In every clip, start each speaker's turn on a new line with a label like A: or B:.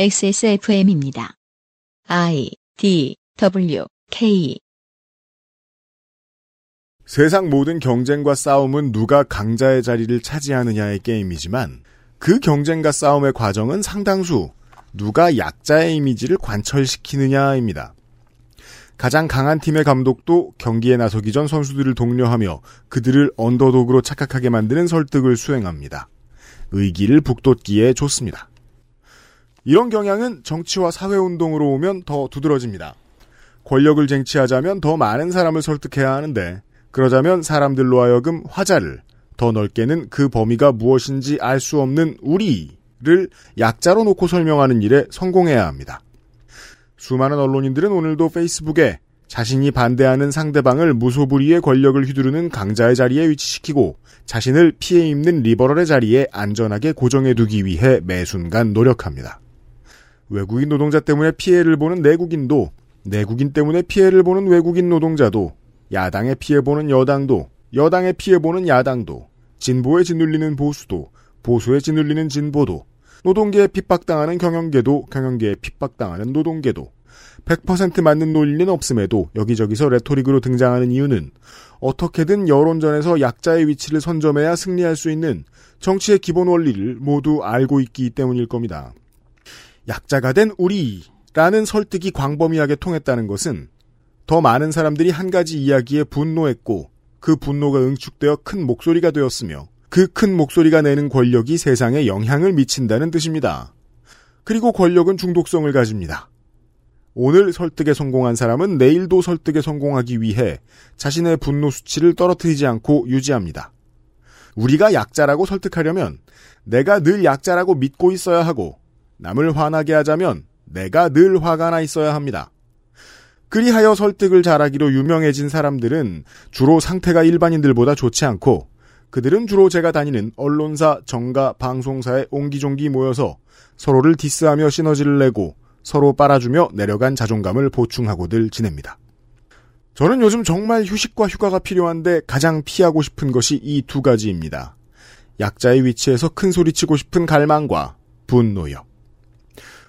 A: XSFM입니다. I D W K
B: 세상 모든 경쟁과 싸움은 누가 강자의 자리를 차지하느냐의 게임이지만 그 경쟁과 싸움의 과정은 상당수 누가 약자의 이미지를 관철시키느냐입니다. 가장 강한 팀의 감독도 경기에 나서기 전 선수들을 독려하며 그들을 언더독으로 착각하게 만드는 설득을 수행합니다. 의기를 북돋기에 좋습니다. 이런 경향은 정치와 사회운동으로 오면 더 두드러집니다. 권력을 쟁취하자면 더 많은 사람을 설득해야 하는데 그러자면 사람들로 하여금 화자를 더 넓게는 그 범위가 무엇인지 알 수 없는 우리를 약자로 놓고 설명하는 일에 성공해야 합니다. 수많은 언론인들은 오늘도 페이스북에 자신이 반대하는 상대방을 무소불위의 권력을 휘두르는 강자의 자리에 위치시키고 자신을 피해 입는 리버럴의 자리에 안전하게 고정해두기 위해 매순간 노력합니다. 외국인 노동자 때문에 피해를 보는 내국인도 내국인 때문에 피해를 보는 외국인 노동자도 야당에 피해보는 여당도, 여당에 피해보는 야당도, 진보에 짓눌리는 보수도, 보수에 짓눌리는 진보도, 노동계에 핍박당하는 경영계도, 경영계에 핍박당하는 노동계도, 100% 맞는 논리는 없음에도 여기저기서 레토릭으로 등장하는 이유는 어떻게든 여론전에서 약자의 위치를 선점해야 승리할 수 있는 정치의 기본 원리를 모두 알고 있기 때문일 겁니다. 약자가 된 우리라는 설득이 광범위하게 통했다는 것은 더 많은 사람들이 한 가지 이야기에 분노했고 그 분노가 응축되어 큰 목소리가 되었으며 그 큰 목소리가 내는 권력이 세상에 영향을 미친다는 뜻입니다. 그리고 권력은 중독성을 가집니다. 오늘 설득에 성공한 사람은 내일도 설득에 성공하기 위해 자신의 분노 수치를 떨어뜨리지 않고 유지합니다. 우리가 약자라고 설득하려면 내가 늘 약자라고 믿고 있어야 하고 남을 화나게 하자면 내가 늘 화가 나 있어야 합니다. 그리하여 설득을 잘하기로 유명해진 사람들은 주로 상태가 일반인들보다 좋지 않고 그들은 주로 제가 다니는 언론사, 정가, 방송사에 옹기종기 모여서 서로를 디스하며 시너지를 내고 서로 빨아주며 내려간 자존감을 보충하고들 지냅니다. 저는 요즘 정말 휴식과 휴가가 필요한데 가장 피하고 싶은 것이 이 두 가지입니다. 약자의 위치에서 큰 소리치고 싶은 갈망과 분노요.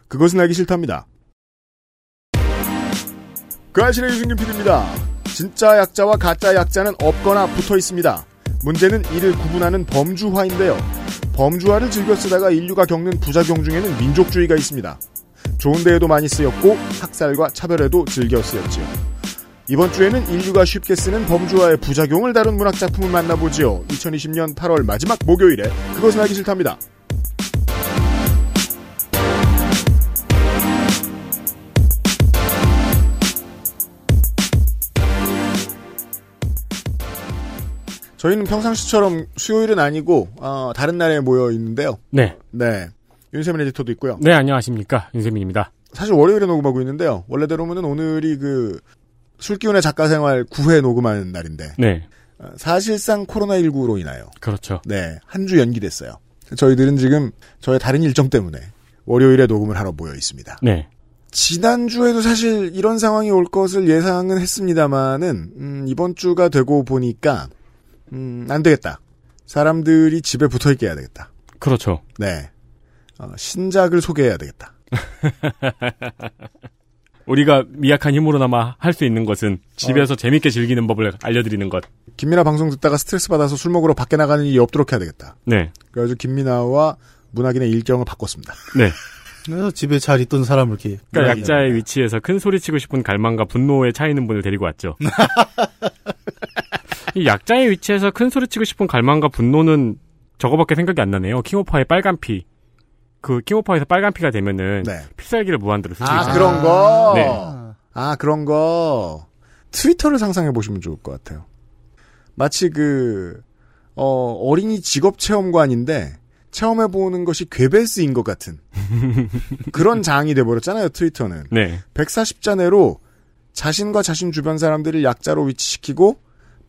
B: 그것은 알기 싫답니다. 그아실의 유승균 PD입니다. 진짜 약자와 가짜 약자는 없거나 붙어 있습니다. 문제는 이를 구분하는 범주화인데요. 범주화를 즐겨 쓰다가 인류가 겪는 부작용 중에는 민족주의가 있습니다. 좋은 데에도 많이 쓰였고 학살과 차별에도 즐겨 쓰였지요. 이번 주에는 인류가 쉽게 쓰는 범주화의 부작용을 다룬 문학 작품을 만나보지요. 2020년 8월 마지막 목요일에 그것은 알기 싫답니다. 저희는 평상시처럼 수요일은 아니고 어, 다른 날에 모여 있는데요.
C: 네.
B: 네. 윤세민 에디터도 있고요.
C: 네, 안녕하십니까. 윤세민입니다.
B: 사실 월요일에 녹음하고 있는데요. 원래대로면은 오늘이 그 술기운의 작가 생활 9회 녹음하는 날인데
C: 네.
B: 어, 사실상 코로나19로 인하여
C: 그렇죠.
B: 네, 한 주 연기됐어요. 저희들은 지금 저의 다른 일정 때문에 월요일에 녹음을 하러 모여 있습니다.
C: 네.
B: 지난주에도 사실 이런 상황이 올 것을 예상은 했습니다만은, 음, 이번 주가 되고 보니까, 음, 안 되겠다. 사람들이 집에 붙어 있게 해야 되겠다.
C: 그렇죠.
B: 네. 어, 신작을 소개해야 되겠다.
C: 우리가 미약한 힘으로나마 할 수 있는 것은 집에서 재밌게 즐기는 법을 알려드리는 것.
B: 김민아 방송 듣다가 스트레스 받아서 술 먹으러 밖에 나가는 일이 없도록 해야 되겠다.
C: 네.
B: 그래가지고 김민아와 문학인의 일정을 바꿨습니다.
C: 네.
D: 그래서 집에 잘 있던 사람을 이렇게
C: 그러니까 약자의 위치에서 큰 소리치고 싶은 갈망과 분노에 차이는 분을 데리고 왔죠. 이 약자의 위치에서 큰 소리치고 싶은 갈망과 분노는 저거밖에 생각이 안 나네요. 킹오파의 빨간 피. 그 킹오파에서 빨간 피가 되면은
B: 네.
C: 필살기를 무한대로 쓸수
B: 아,
C: 있어요.
B: 그런 거?
C: 네.
B: 아, 그런 거. 트위터를 상상해 보시면 좋을 것 같아요. 마치 그, 어, 어린이 직업 체험관인데, 체험해 보는 것이 괴벨스인 것 같은. 그런 장이 돼버렸잖아요, 트위터는.
C: 네.
B: 140자 내로 자신과 자신 주변 사람들을 약자로 위치시키고,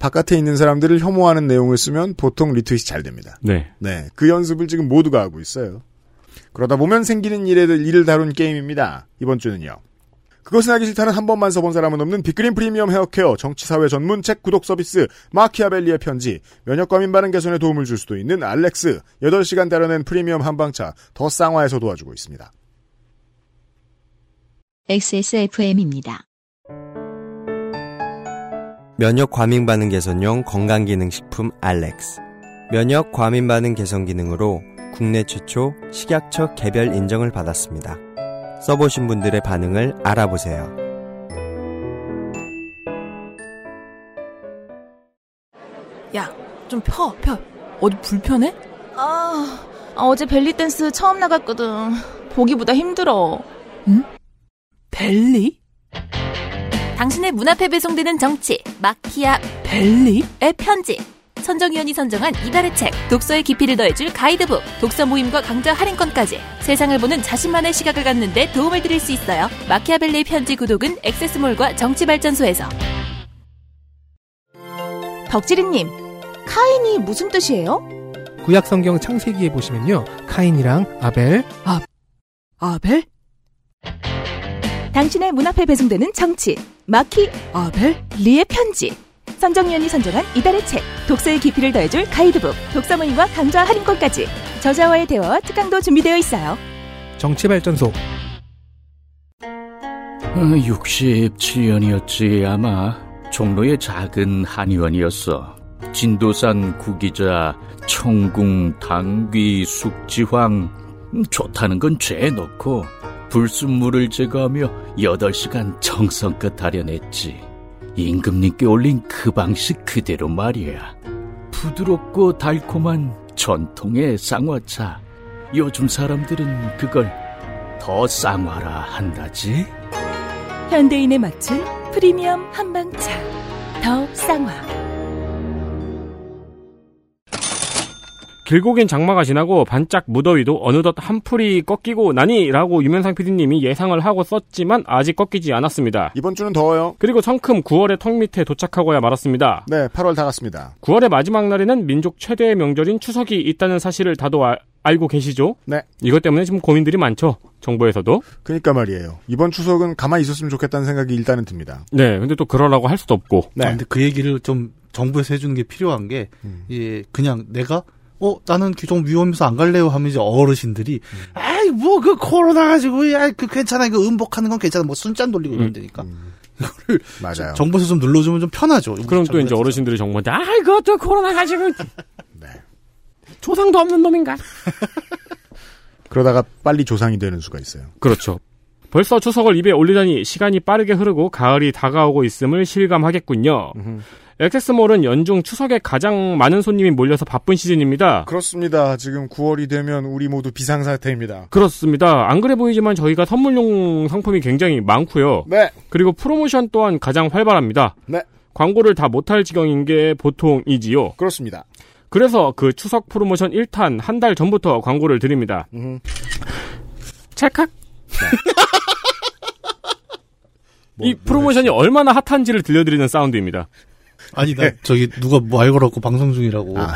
B: 바깥에 있는 사람들을 혐오하는 내용을 쓰면 보통 리트윗이 잘 됩니다.
C: 네.
B: 네, 그 연습을 지금 모두가 하고 있어요. 그러다 보면 생기는 일에 일을 다룬 게임입니다. 이번 주는요. 그것은 알기 싫다는 한 번만 써본 사람은 없는 빅그린 프리미엄 헤어케어, 정치사회 전문 책 구독 서비스, 마키아벨리의 편지, 면역과 민반응 개선에 도움을 줄 수도 있는 알렉스, 8시간 다뤄낸 프리미엄 한방차, 더 쌍화에서 도와주고 있습니다.
A: XSFM입니다.
E: 면역 과민 반응 개선용 건강 기능 식품 알렉스. 면역 과민 반응 개선 기능으로 국내 최초 식약처 개별 인정을 받았습니다. 써보신 분들의 반응을 알아보세요.
F: 야, 좀 펴, 펴. 어디 불편해?
G: 아, 아, 어제 벨리댄스 처음 나갔거든. 보기보다 힘들어.
F: 벨리?
H: 당신의 문 앞에 배송되는 정치 마키아
F: 벨리?
H: 의 편지 선정위원이 선정한 이달의 책 독서의 깊이를 더해줄 가이드북 독서 모임과 강좌 할인권까지 세상을 보는 자신만의 시각을 갖는 데 도움을 드릴 수 있어요 마키아벨리의 편지 구독은 액세스몰과 정치발전소에서
G: 덕지리님, 카인이 무슨 뜻이에요?
I: 구약 성경 창세기에 보시면요. 카인이랑 아벨,
F: 아벨?
G: 당신의 문 앞에 배송되는 정치, 마키,
F: 아벨?
G: 리의 편지. 선정위원이 선정한 이달의 책, 독서의 깊이를 더해줄 가이드북, 독서 모임과 강좌 할인권까지. 저자와의 대화와 특강도 준비되어 있어요.
I: 정치발전소,
J: 67년이었지 어, 아마 종로의 작은 한의원이었어. 진도산 구기자, 청궁, 당귀, 숙지황 음, 좋다는 건 죄에 넣고 불순물을 제거하며 8시간 정성껏 다려냈지. 임금님께 올린 그 방식 그대로 말이야. 부드럽고 달콤한 전통의 쌍화차. 요즘 사람들은 그걸 더 쌍화라 한다지.
G: 현대인에 맞춘 프리미엄 한방차. 더 쌍화.
C: 길고 긴 장마가 지나고 반짝 무더위도 어느덧 한풀이 꺾이고 나니라고 유면상 PD님이 예상을 하고 썼지만 아직 꺾이지 않았습니다.
B: 이번 주는 더워요.
C: 그리고 성큼 9월의 턱 밑에 도착하고야 말았습니다.
B: 네, 8월 다 갔습니다.
C: 9월의 마지막 날에는 민족 최대의 명절인 추석이 있다는 사실을 다도 아- 알고 계시죠?
B: 네.
C: 이것 때문에 지금 고민들이 많죠. 정부에서도.
B: 그니까 그러니까 말이에요. 이번 추석은 가만히 있었으면 좋겠다는 생각이 일단은 듭니다.
C: 네. 근데 또 그러라고 할 수도 없고.
B: 네.
D: 아, 근데 그 얘기를 좀 정부에서 해주는 게 필요한 게,
B: 음.
D: 예, 그냥 내가, 어, 나는 좀 위험해서 안 갈래요 하면 이제 어르신들이,
C: 음.
D: 아이, 뭐, 그 코로나 가지고, 야, 그 괜찮아. 이거 음복하는 건 괜찮아. 뭐, 순짠
C: 음.
D: 돌리고 이러면 되니까.
B: 음. 맞아요.
D: 정부에서 좀 눌러주면 좀 편하죠.
C: 그럼 또 이제
D: 정부에서.
C: 어르신들이 정부한테 아 이것도 코로나 가지고
B: 네.
C: 조상도 없는 놈인가?
B: 그러다가 빨리 조상이 되는 수가 있어요.
C: 그렇죠. 벌써 추석을 입에 올리다니 시간이 빠르게 흐르고 가을이 다가오고 있음을 실감하겠군요. 엑세스몰은 연중 추석에 가장 많은 손님이 몰려서 바쁜 시즌입니다.
B: 그렇습니다. 지금 9월이 되면 우리 모두 비상사태입니다.
C: 그렇습니다. 안 그래 보이지만 저희가 선물용 상품이 굉장히 많고요.
B: 네.
C: 그리고 프로모션 또한 가장 활발합니다.
B: 네.
C: 광고를 다 못할 지경인 게 보통이지요.
B: 그렇습니다.
C: 그래서 그 추석 프로모션 1탄 한 달 전부터 광고를 드립니다.
B: 음.
C: 찰칵.
B: 뭐,
C: 이 프로모션이 얼마나 핫한지를 들려드리는 사운드입니다.
D: 아니,
C: 네.
D: 나 저기 누가 뭐 말 걸었고 방송 중이라고.
B: 아.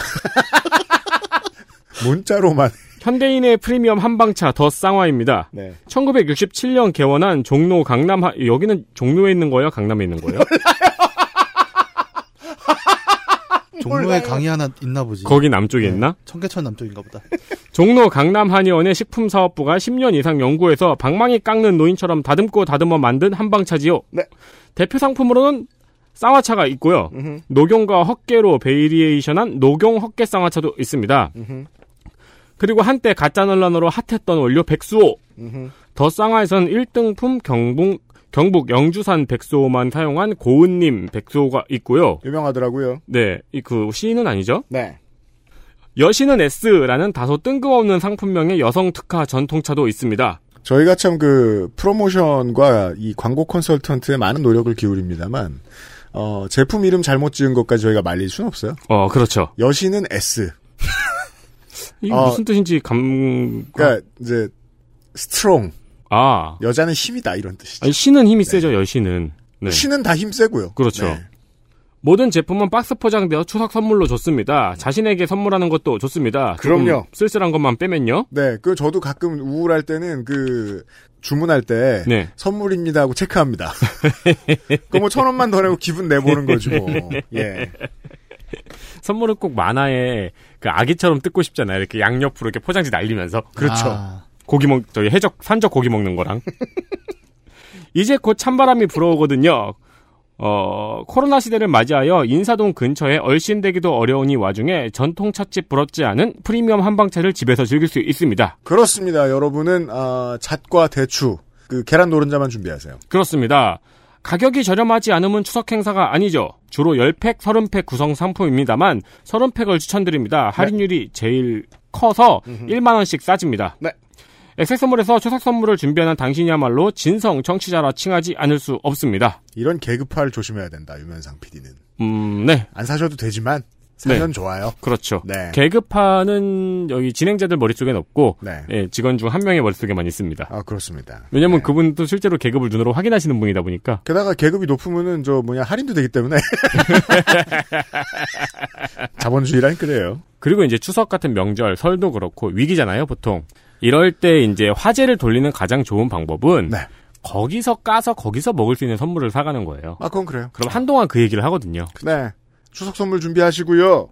B: 문자로만.
C: 현대인의 프리미엄 한방차 더 쌍화입니다.
B: 네.
C: 1967년 개원한 종로 강남 하- 여기는 종로에 있는 거예요? 강남에 있는 거예요?
D: 종로에 강의 하나 있나 보지.
C: 거기 남쪽에 있나?
D: 청계천 남쪽인가 보다.
C: 종로 강남 한의원의 식품사업부가 10년 이상 연구해서 방망이 깎는 노인처럼 다듬고 다듬어 만든 한방차지요.
B: 네.
C: 대표 상품으로는 쌍화차가 있고요. 녹용과 헛개로 베이리에이션한 녹용 헛개 쌍화차도 있습니다. 그리고 한때 가짜 논란으로 핫했던 원료 백수호. 더 쌍화에서는 1등품 경북, 경북 영주산 백수호만 사용한 고은님 백수호가 있고요.
B: 유명하더라고요.
C: 네, 이 그 시인은 아니죠?
B: 네.
C: 여신은 S라는 다소 뜬금없는 상품명의 여성 특화 전통차도 있습니다.
B: 저희가 참 그 프로모션과 이 광고 컨설턴트에 많은 노력을 기울입니다만 어, 제품 이름 잘못 지은 것까지 저희가 말릴 순 없어요.
C: 어, 그렇죠.
B: 여신은 S.
C: 이게
B: 어.
C: 무슨 뜻인지 감,
B: 그러니까 이제 스트롱
C: 아.
B: 여자는 힘이다 이런 뜻이죠.
C: 아니, 신은 힘이 세죠, 여신은. 네.
B: 신은 다 힘 세고요.
C: 그렇죠.
B: 네.
C: 모든 제품은 박스 포장되어 추석 선물로 좋습니다. 자신에게 선물하는 것도 좋습니다. 조금
B: 그럼요.
C: 쓸쓸한 것만 빼면요.
B: 네, 그 저도 가끔 우울할 때는 그 주문할 때
C: 네.
B: 선물입니다 하고 체크합니다. 그뭐천 원만 더 내고 기분 내보는 거죠. 뭐.
C: 네.
B: 예,
C: 선물은 꼭 만화에 그 아기처럼 뜯고 싶잖아요. 이렇게 양옆으로 이렇게 포장지 날리면서.
B: 그렇죠.
D: 아,
C: 고기 먹, 저기 해적, 산적 고기 먹는 거랑. 이제 곧 찬바람이 불어오거든요. 어, 코로나 시대를 맞이하여 인사동 근처에 얼씬되기도 어려우니 와중에 전통 찻집 부럽지 않은 프리미엄 한방차를 집에서 즐길 수 있습니다.
B: 그렇습니다. 여러분은 아, 잣과 대추, 그 계란 노른자만 준비하세요.
C: 그렇습니다. 가격이 저렴하지 않으면 추석 행사가 아니죠. 주로 10팩, 30팩 구성 상품입니다만 30팩을 추천드립니다.
B: 네.
C: 할인율이 제일 커서 1만 원씩 싸집니다.
B: 네.
C: 액세서몰에서 추석 선물을 준비하는 당신이야말로 진성 청취자라 칭하지 않을 수 없습니다.
B: 이런 계급화를 조심해야 된다. 유면상 PD는
C: 음, 네.
B: 안 사셔도 되지만 사면
C: 네.
B: 좋아요.
C: 그렇죠.
B: 네.
C: 계급화는 여기 진행자들 머릿속엔 없고
B: 네.
C: 예, 직원 중 한 명의 머릿속에만 있습니다.
B: 아 그렇습니다.
C: 왜냐면 그분도 실제로 계급을 눈으로 확인하시는 분이다 보니까
B: 게다가 계급이 높으면은 저 뭐냐 할인도 되기 때문에 자본주의란 그래요.
C: 그리고 이제 추석 같은 명절, 설도 그렇고 위기잖아요, 보통. 이럴 때 이제 화제를 돌리는 가장 좋은 방법은
B: 네.
C: 거기서 까서 거기서 먹을 수 있는 선물을 사가는 거예요.
B: 아 그건 그래요.
C: 그럼 한동안 그 얘기를 하거든요.
B: 네. 추석 선물 준비하시고요.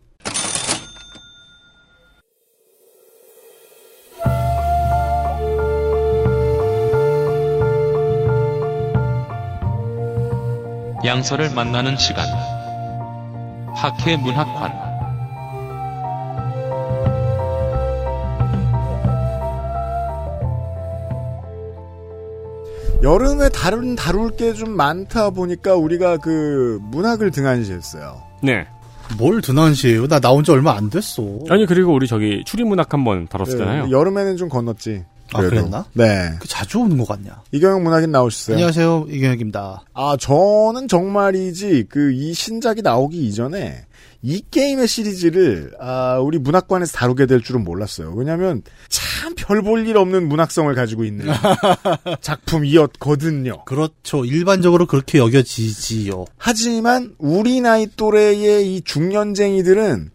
K: 양서를 만나는 시간. 학회 문학관.
B: 여름에 다른 다룰 게 좀 많다 보니까 우리가 그 문학을 등한시했어요.
C: 네.
D: 뭘 드난시에요? 나 나온 지 얼마 안 됐어.
C: 아니 그리고 우리 저기 추리문학 한번 다뤘었잖아요.
B: 네, 여름에는 좀 건넜지.
D: 아,
B: 그래도.
D: 그랬나?
B: 네.
D: 그 자주 오는 것 같냐?
B: 이경영 문학인
D: 네.
B: 나오셨어요.
D: 안녕하세요. 이경혁입니다.
B: 아, 저는 정말이지, 그, 이 신작이 나오기 이전에, 이 게임의 시리즈를, 아, 우리 문학관에서 다루게 될 줄은 몰랐어요. 왜냐면, 참 별 볼 일 없는 문학성을 가지고 있는 작품이었거든요.
D: 그렇죠. 일반적으로 그렇게 여겨지지요.
B: 하지만, 우리 나이 또래의 이 중년쟁이들은,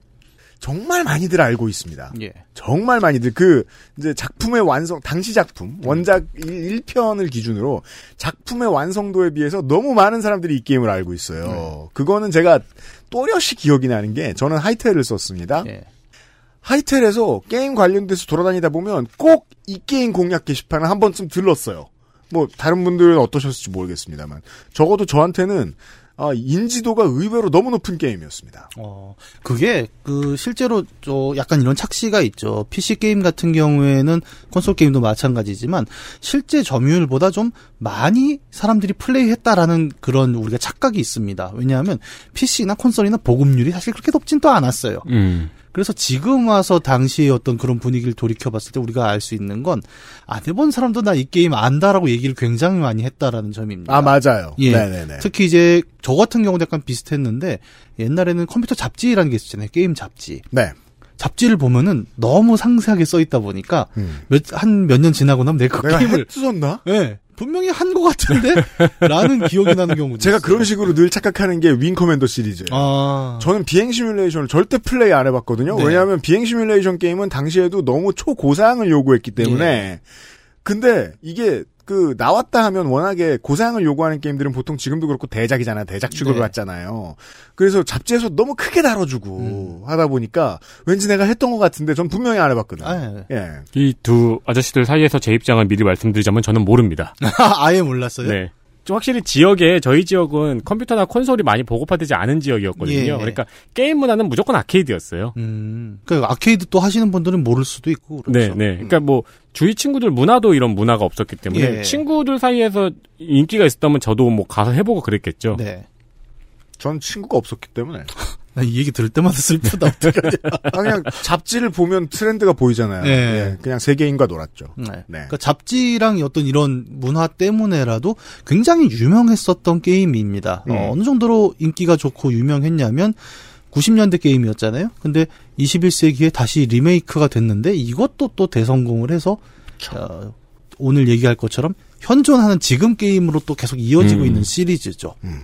B: 정말 많이들 알고 있습니다.
D: 예.
L: 어?
B: 정말 많이들 그 이제 작품의 완성 당시 작품 원작 1편을 기준으로 작품의 완성도에 비해서 너무 많은 사람들이 이 게임을 알고 있어요. 그거는 제가 또렷이 기억이 나는 게 저는 하이텔을
J: 네.
B: 썼습니다.
D: 예.
B: 하이텔에서 게임 관련돼서 돌아다니다 보면 꼭 이 게임 공략 게시판을 한 번쯤 들렀어요. 뭐 다른 분들은 어떠셨을지 모르겠습니다만 적어도 저한테는 아, 인지도가 의외로 너무 높은 게임이었습니다.
D: 어, 그게 그 실제로 저 약간 이런 착시가 있죠. PC 게임 같은 경우에는 콘솔 게임도 마찬가지지만 실제 점유율보다 좀 많이 사람들이 플레이했다라는 그런 우리가 착각이 있습니다. 왜냐하면 PC나 콘솔이나 보급률이 사실 그렇게 높진 또 않았어요.
C: 음.
D: 그래서 지금 와서 당시의 어떤 그런 분위기를 돌이켜봤을 때 우리가 알 수 있는 건 안 해본 사람도 나 이 게임 안다라고 얘기를 굉장히 많이 했다라는 점입니다.
B: 아 맞아요.
D: 예.
B: 네네네.
D: 특히 이제 저 같은 경우도 약간 비슷했는데 옛날에는 컴퓨터 잡지라는 게 있었잖아요. 게임 잡지.
B: 네.
D: 잡지를 보면은 너무 상세하게 써 있다 보니까
B: 음.
D: 몇 한 몇 년 지나고 나면 내가 그
B: 내가
D: 게임을
B: 해주셨나?
D: 예. 분명히 한 것 같은데? 라는 기억이 나는 경우도
B: 제가
D: 있어요.
B: 그런 식으로 늘 착각하는 게 윙커맨더 시리즈예요.
D: 아.
B: 저는 비행 시뮬레이션을 절대 플레이 안 해봤거든요.
D: 네.
B: 왜냐하면 비행 시뮬레이션 게임은 당시에도 너무 초고사항을 요구했기 때문에.
D: 예.
B: 근데 이게 그 나왔다 하면 워낙에 고사항을 요구하는 게임들은 보통 지금도 그렇고 대작이잖아. 대작 취급을
D: 네.
B: 받잖아요. 그래서 잡지에서 너무 크게 다뤄주고
D: 음.
B: 하다 보니까 왠지 내가 했던 것 같은데 전 분명히 안 해봤거든요.
D: 아, 예.
B: 예.
C: 이 두 아저씨들 사이에서 제 입장을 미리 말씀드리자면 저는 모릅니다.
D: 아예 몰랐어요.
C: 네. 좀 확실히 지역에 저희 지역은 컴퓨터나 콘솔이 많이 보급화되지 않은 지역이었거든요.
D: 예.
C: 그러니까 게임 문화는 무조건 아케이드였어요.
D: 음. 그 아케이드 또 하시는 분들은 모를 수도 있고
C: 네,
D: 그렇죠.
C: 네. 그러니까 뭐 주위 친구들 문화도 이런 문화가 없었기 때문에
D: 예.
C: 친구들 사이에서 인기가 있었다면 저도 뭐 가서 해보고 그랬겠죠.
D: 네.
B: 전 친구가 없었기 때문에
D: 나 이 얘기 들을 때마다 슬프다.
B: 아, 그냥 잡지를 보면 트렌드가 보이잖아요.
D: 네.
B: 예. 그냥 세계인과 놀았죠.
D: 네.
B: 네.
D: 그러니까 잡지랑 어떤 이런 문화 때문에라도 굉장히 유명했었던 게임입니다.
B: 음.
D: 어, 느 정도로 인기가 좋고 유명했냐면 90년대 게임이었잖아요. 근데 21세기에 다시 리메이크가 됐는데 이것도 또 대성공을 해서 어, 오늘 얘기할 것처럼 현존하는 지금 게임으로 또 계속 이어지고
C: 음.
D: 있는 시리즈죠.
B: 음.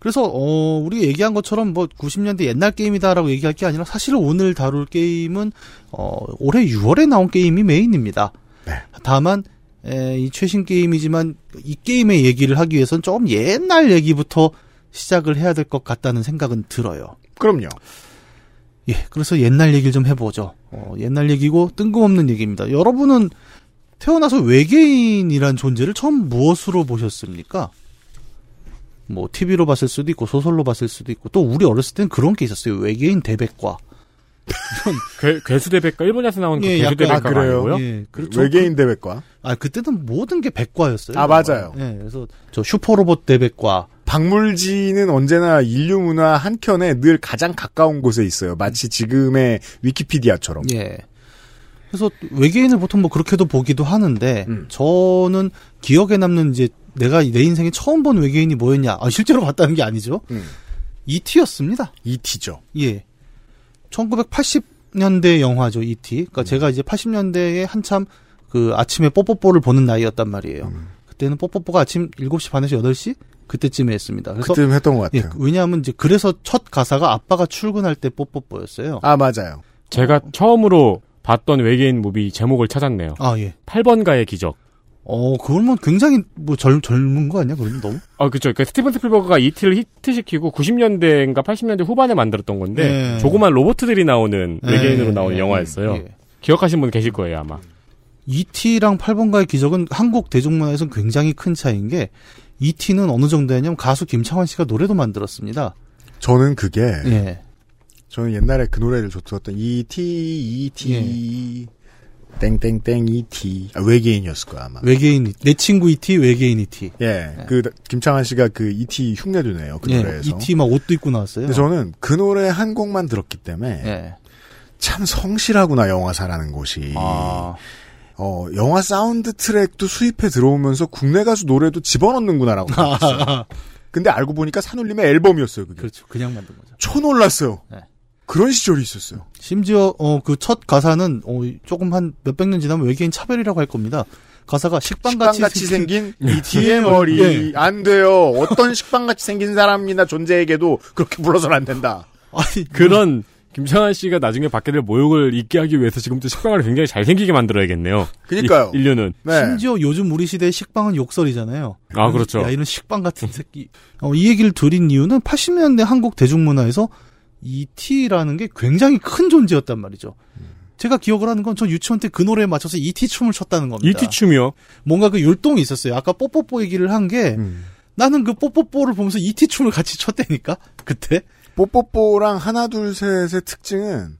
D: 그래서 어 우리 얘기한 것처럼 뭐 90년대 옛날 게임이다라고 얘기할 게 아니라 사실 오늘 다룰 게임은 어 올해 6월에 나온 게임이 메인입니다.
B: 네.
D: 다만 에, 이 최신 게임이지만 이 게임의 얘기를 하기 위해선 조금 옛날 얘기부터 시작을 해야 될 것 같다는 생각은 들어요.
B: 그럼요.
D: 예, 그래서 옛날 얘기를 좀 해보죠. 어, 옛날 얘기고 뜬금없는 얘기입니다. 여러분은 태어나서 외계인이란 존재를 처음 무엇으로 보셨습니까? 뭐 TV로 봤을 수도 있고 소설로 봤을 수도 있고 또 우리 어렸을 때는 그런 게 있었어요. 외계인 대백과
C: 괴, 괴수 대백과 일본에서 나온
D: 예,
C: 그 괴수 대백과가 아니고요.
B: 외계인 대백과.
D: 아 그때는 모든 게 백과였어요.
B: 아 맞아요.
D: 예, 그래서 저 슈퍼로봇 대백과
B: 박물지는 언제나 인류 문화 한 켠에 늘 가장 가까운 곳에 있어요. 마치 지금의 위키피디아처럼.
D: 예. 그래서 외계인을 보통 뭐 그렇게도 보기도 하는데
B: 음.
D: 저는 기억에 남는 이제 내가 내 인생에 처음 본 외계인이 뭐였냐? 아 실제로 봤다는 게 아니죠.
B: 음.
D: 이티였습니다.
B: 이티죠.
D: 예. 1980년대 영화죠, 이티.
B: 음.
D: 그러니까 제가 이제 80년대에 한참 그 아침에 뽀뽀뽀를 보는 나이였단 말이에요.
B: 음.
D: 그때는 뽀뽀뽀가 아침 7시 반에서 8시 그때쯤에 했습니다. 그래서
B: 그때쯤 했던 것 같아요.
D: 예, 왜냐하면 이제 그래서 첫 가사가 아빠가 출근할 때 뽀뽀뽀였어요.
B: 아 맞아요.
C: 제가 처음으로 봤던 외계인 무비 제목을 찾았네요.
D: 아 예.
C: 8번가의 기적.
D: 어, 그건 뭐 굉장히 뭐 젊, 젊은 거 아니야? 그러면 너무?
C: 아, 그죠. 그 스티븐 스필버그가 이티를 히트시키고 90년대인가 80년대 후반에 만들었던 건데
D: 예.
C: 조그만 로봇들이 나오는
D: 예,
C: 외계인으로
D: 예,
C: 나오는
D: 예,
C: 영화였어요. 기억하시는 분 계실 거예요, 아마.
D: E.T.랑 8번가의 기적은 한국 대중문화에서는 굉장히 큰 차이인 게 E.T.는 어느 정도였냐면 가수 김창완 씨가 노래도 만들었습니다.
B: 저는 그게
D: 예.
B: 저는 옛날에 그 노래를 좋 들었던 이티 이티
D: 예.
B: 땡땡땡 이티 아, 외계인이었을 거야 아마.
D: 외계인 E 내 친구 E.T. 외계인 E E.T.
B: 예. 그 김창완 씨가 그 이티 흉내도 내요 그
D: 예,
B: 노래에서.
D: E.T. 막 옷도 입고 나왔어요. 예.
B: 근데 저는 그 노래 한 곡만 들었기 때문에 참 성실하구나 영화사라는 곳이.
D: 아.
B: 어 영화 사운드 트랙도 수입해 들어오면서 국내 가수 노래도 집어넣는구나라고 생각했어요. 근데 알고 보니까 산울림의 앨범이었어요. 그게.
D: 그렇죠. 네. 그냥 만든 거죠.
B: 초놀랐어요. 그런 시절이 있었어요.
D: 심지어 어, 그 첫 가사는 어, 조금 한 몇백 년 지나면 외계인 차별이라고 할 겁니다. 가사가 식빵같이,
B: 식빵같이 생긴 이티의 머리
D: 예.
B: 안 돼요. 어떤 식빵같이 생긴 사람이나 존재에게도 그렇게 불러서는 안 된다.
C: 그런 김창환 씨가 나중에 받게 될 모욕을 잊게 하기 위해서 지금부터 식빵을 굉장히 잘생기게 만들어야겠네요.
B: 그러니까요. 네.
C: 이- 인류는.
D: 심지어 요즘 우리 시대의 식빵은 욕설이잖아요.
C: 아, 그렇죠.
D: 야, 이런 식빵 같은 새끼. 어, 이 얘기를 드린 이유는 80년대 한국 대중문화에서 E.T.라는 게 굉장히 큰 존재였단 말이죠. 제가 기억을 하는 건 전 유치원 때 그 노래에 맞춰서 E.T. 춤을 췄다는 겁니다.
C: E.T. 춤이요?
D: 뭔가 그 율동이 있었어요. 아까 뽀뽀뽀 얘기를 한 게
C: 음.
D: 나는 그 뽀뽀뽀를 보면서 E.T. 춤을 같이 췄다니까? 그때?
B: 뽀뽀뽀랑 하나 둘 셋의 특징은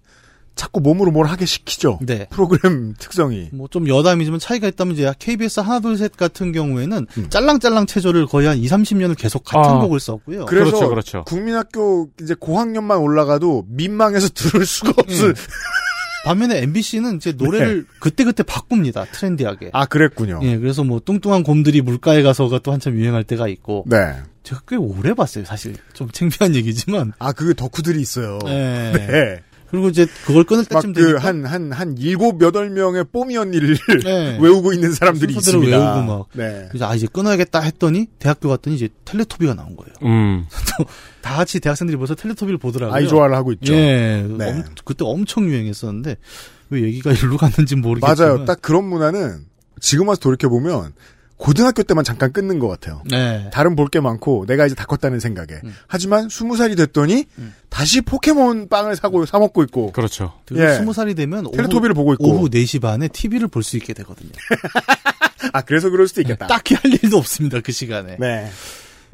B: 자꾸 몸으로 뭘 하게 시키죠.
D: 네.
B: 프로그램 특성이.
D: 뭐 좀 여담이지만 차이가 있다면 이제 KBS 하나 둘 셋 같은 경우에는
C: 음.
D: 짤랑짤랑 체조를 거의 한 2, 30년을 계속 같은
B: 아,
D: 곡을 썼고요.
B: 그래서
D: 그렇죠.
B: 국민학교 이제 고학년만 올라가도 민망해서 들을 수가
D: 음.
B: 없을.
D: 반면에 MBC는 이제 노래를 그때그때 바꿉니다. 트렌디하게.
B: 네. 아 그랬군요.
D: 예, 그래서 뭐 뚱뚱한 곰들이 물가에 가서가 또 한참 유행할 때가 있고.
B: 네.
D: 제가 꽤 오래 봤어요, 사실. 좀 창피한 얘기지만.
B: 아, 그게 덕후들이 있어요.
D: 네.
B: 네.
D: 그리고 이제 그걸 끊을 때쯤
B: 막 그
D: 되니까
B: 한 한 한 일곱 여덟 명의 뽀미 언니를
D: 네.
B: 외우고 있는 사람들이
D: 순서대로
B: 있습니다.
D: 외우고 막.
B: 네.
D: 그래서 아 이제 끊어야겠다 했더니 대학교 갔더니 이제 텔레토비가 나온 거예요.
C: 음.
D: 다 같이 대학생들이 벌써 텔레토비를 보더라고요.
B: 아이조화를 하고 있죠.
D: 예,
B: 네.
D: 엄- 그때 엄청 유행했었는데 왜 얘기가 일로 갔는지 모르겠지만
B: 맞아요. 딱 그런 문화는 지금 와서 돌이켜 보면 고등학교 때만 잠깐 끊는 것 같아요.
D: 네. 음.
B: 다른 볼 게 많고 내가 이제 다 컸다는 생각에. 하지만 스무 살이 됐더니 다시 포켓몬 빵을 사고 사 먹고 있고.
C: 그렇죠.
D: 그리고 스무 살이 되면 오후-
B: 예. 텔레토비를 보고 있고.
D: 오후 4시 반에 TV를 볼 수 있게 되거든요.
B: 아 그래서 그럴 수도 있겠다.
D: 네, 딱히 할 일도 없습니다 그 시간에.
B: 네.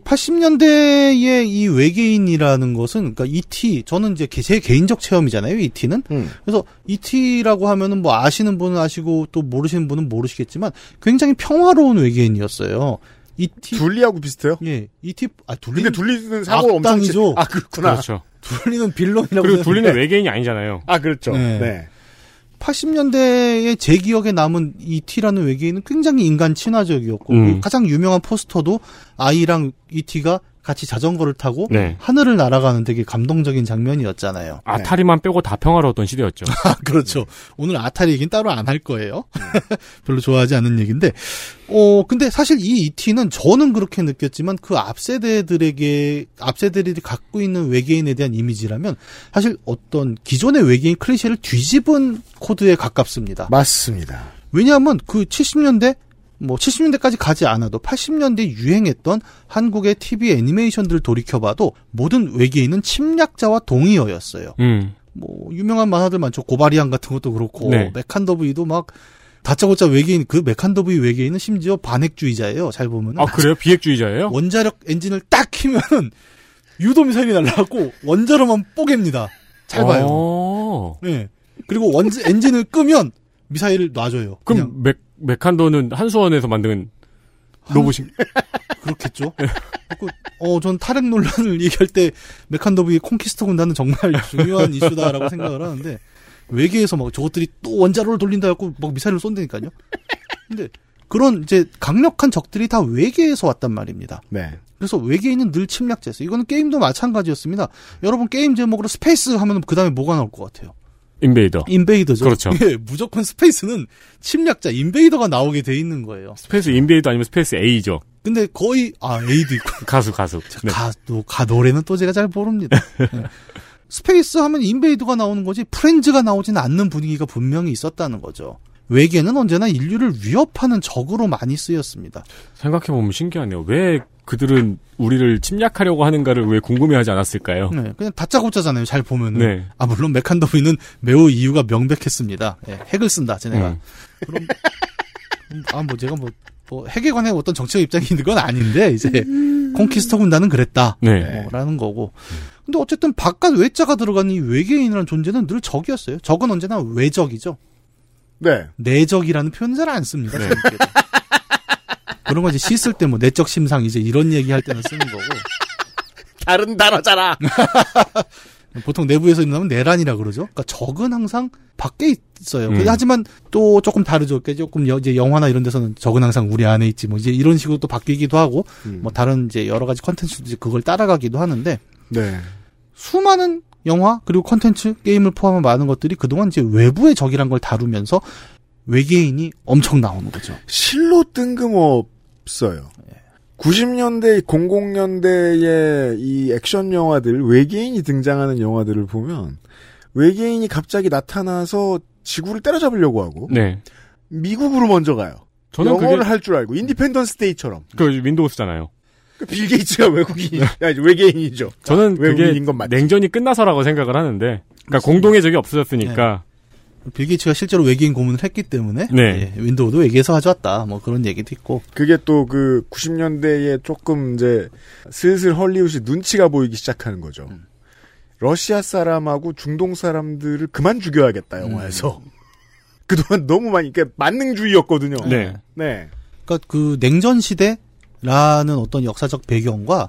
D: 80년대의 이 외계인이라는 것은 그러니까 ET 저는 이제 개- 제 개인적 체험이잖아요 ET는 그래서 E ET라고 하면은 뭐 아시는 분은 아시고 또 모르시는 분은 모르시겠지만 굉장히 평화로운 외계인이었어요 ET
B: 둘리하고 비슷해요?
D: 예 ET 아 둘리
B: 근데 둘리는 사고를 엄청 치-
D: 악당이죠
B: 아, 그렇구나.
C: 그렇죠.
D: 둘리는 빌런이라고
C: 그리고 둘리는
D: 생각해요.
C: 외계인이 아니잖아요.
B: 아, 그렇죠.
D: 네. 80년대에 제 기억에 남은 E.T.라는 외계인은 굉장히 인간 친화적이었고
C: 음.
D: 그 가장 유명한 포스터도 아이랑 E.T.가 같이 자전거를 타고
C: 네.
D: 하늘을 날아가는 되게 감동적인 장면이었잖아요.
C: 아타리만 빼고 다 평화로웠던 시대였죠.
D: 아, 그렇죠. 네. 오늘 아타리 얘기는 따로 안 할 거예요. 별로 좋아하지 않는 얘기인데. 어, 근데 사실 이 ET는 저는 그렇게 느꼈지만 그 앞세대들에게, 앞세대들이 갖고 있는 외계인에 대한 이미지라면 사실 어떤 기존의 외계인 클리셰를 뒤집은 코드에 가깝습니다.
B: 맞습니다.
D: 왜냐하면 그 70년대 뭐 70년대까지 가지 않아도 80년대 유행했던 한국의 TV 애니메이션들 돌이켜봐도 모든 외계인은 침략자와 동의어였어요.
C: 음.
D: 뭐 유명한 만화들 많죠. 고바리안 같은 것도 그렇고
C: 네.
D: 메칸더브이도 막 다짜고짜 외계인 그 메칸더브의 외계인은 심지어 반핵주의자예요. 잘 보면
C: 아 그래요? 비핵주의자예요?
D: 원자력 엔진을 딱 키면은 유도 미사일이 날라가고 원자로만 뽀갭니다. 잘
C: 어.
D: 봐요. 네. 그리고 원 엔진을 끄면 미사일을 놔줘요.
C: 그럼 맥 메칸더는 한수원에서 만든
D: 한-
C: 로봇인
D: 그렇겠죠. 그리고 어, 전 탈핵 논란을 얘기할 때 메칸더브의 콘키스터 군단은 정말 중요한 이슈다라고 생각을 하는데 외계에서 막 저것들이 또 원자로를 돌린다 해갖고 막 미사일을 쏜다니까요. 근데 그런 이제 강력한 적들이 다 외계에서 왔단 말입니다.
B: 네.
D: 그래서 외계인은 늘 침략자였어요. 이거는 게임도 마찬가지였습니다. 여러분 게임 제목으로 스페이스 하면 그 다음에 뭐가 나올 것 같아요?
C: 인베이더.
D: 인베이더죠.
C: 그렇죠.
D: 예, 무조건 스페이스는 침략자 인베이더가 나오게 돼 있는 거예요.
C: 스페이스 인베이더 아니면 스페이스 A죠.
D: 근데 거의 아 A도 있고
C: 가수 가수. 네.
D: 가또가 노래는 또 제가 잘 모릅니다. 네. 스페이스 하면 인베이드가 나오는 거지 프렌즈가 나오진 않는 분위기가 분명히 있었다는 거죠. 외계는 언제나 인류를 위협하는 적으로 많이 쓰였습니다.
C: 생각해 보면 신기하네요. 왜 그들은 우리를 침략하려고 하는가를 왜 궁금해하지 않았을까요?
D: 네, 그냥 다짜고짜잖아요. 잘 보면은
C: 어. 네.
D: 아 물론 메칸더브이는 매우 이유가 명백했습니다. 예, 핵을 쓴다, 쟤네가.
C: 음.
D: 그럼 아뭐 제가 뭐, 뭐 핵에 관해 어떤 정치적 입장이 있는 건 아닌데 이제
C: 음.
D: 콘키스터 군단은 그랬다.
C: 네.
D: 어, 라는 거고.
B: 음.
D: 근데 어쨌든 바깥 외자가 들어간 이 외계인이라는 존재는 늘 적이었어요. 적은 언제나 외적이죠.
B: 네.
D: 내적이라는 표현 잘 안 씁니다.
B: 네.
D: 재밌게도. 그런 거 이제 시 쓸 때 뭐 내적 심상 이제 이런 얘기 할 때는 쓰는 거고.
B: 다른 단어잖아.
D: 보통 내부에서 일어나면 내란이라 그러죠. 그러니까 적은 항상 밖에 있어요.
B: 음.
D: 하지만 또 조금 다르죠. 그러니까 조금 여- 이제 영화나 이런 데서는 적은 항상 우리 안에 있지 뭐 이제 이런 식으로 또 바뀌기도 하고
B: 음.
D: 뭐 다른 이제 여러 가지 컨텐츠도 이제 그걸 따라가기도 하는데
B: 네.
D: 수많은 영화 그리고 컨텐츠 게임을 포함한 많은 것들이 그동안 이제 외부의 적이란 걸 다루면서 외계인이 엄청 나오는 거죠.
B: 실로 뜬금없어요. 90년대, 00년대의 이 액션 영화들, 외계인이 등장하는 영화들을 보면, 외계인이 갑자기 나타나서 지구를 때려잡으려고 하고,
C: 네.
B: 미국으로 먼저 가요.
C: 저는
B: 뭐. 영어를
C: 그게-
B: 할 줄 알고, 인디펜던스 데이처럼.
C: 그 윈도우스잖아요.
B: 빌 게이츠가 외국인, 아 외계인이죠.
C: 저는 그게
B: 외국인인 건 맞죠.
C: 냉전이 끝나서라고 생각을 하는데, 그러니까 공동의 적이 없어졌으니까.
D: 빌 게이츠가 실제로 외계인 고문을 했기 때문에
C: 네.
D: 예, 윈도우도 외계에서 가져왔다. 뭐 그런 얘기도 있고.
B: 그게 또 그 90년대에 조금 이제 슬슬 헐리우드 눈치가 보이기 시작하는 거죠. 러시아 사람하고 중동 사람들을 그만 죽여야겠다 영화에서. 그동안 너무 많이 그러니까 만능주의였거든요.
C: 네.
B: 네.
D: 그러니까 그 냉전 시대라는 어떤 역사적 배경과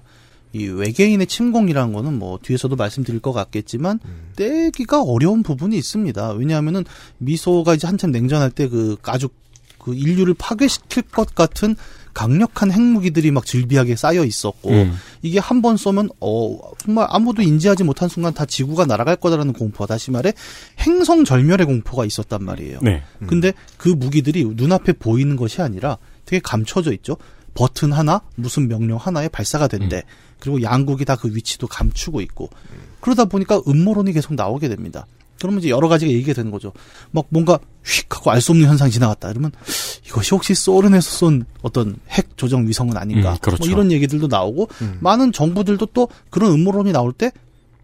D: 이 외계인의 침공이라는 거는 뭐 뒤에서도 말씀드릴 것 같겠지만 떼기가 어려운 부분이 있습니다. 왜냐하면은 미소가 이제 한참 냉전할 때 그 아주 그 인류를 파괴시킬 것 같은 강력한 핵무기들이 막 질비하게 쌓여 있었고
L: 음.
D: 이게 한 번 쏘면 어 정말 아무도 인지하지 못한 순간 다 지구가 날아갈 거다라는 공포 다시 말해 행성 절멸의 공포가 있었단 말이에요.
C: 네.
D: 근데 그 무기들이 눈앞에 보이는 것이 아니라 되게 감춰져 있죠. 버튼 하나, 무슨 명령 하나에 발사가
C: 음.
D: 된대. 그리고 양국이 다 그 위치도 감추고 있고. 그러다 보니까 음모론이 계속 나오게 됩니다. 그러면 이제 여러 가지가 얘기가 되는 거죠. 막 뭔가 휙 하고 알 수 없는 현상이 지나갔다. 이러면 이것이 혹시 소련에서 쏜 어떤 핵 조정 위성은 아닌가.
C: 음, 그렇죠. 음.
D: 뭐 이런 얘기들도 나오고 많은 정부들도 또 그런 음모론이 나올 때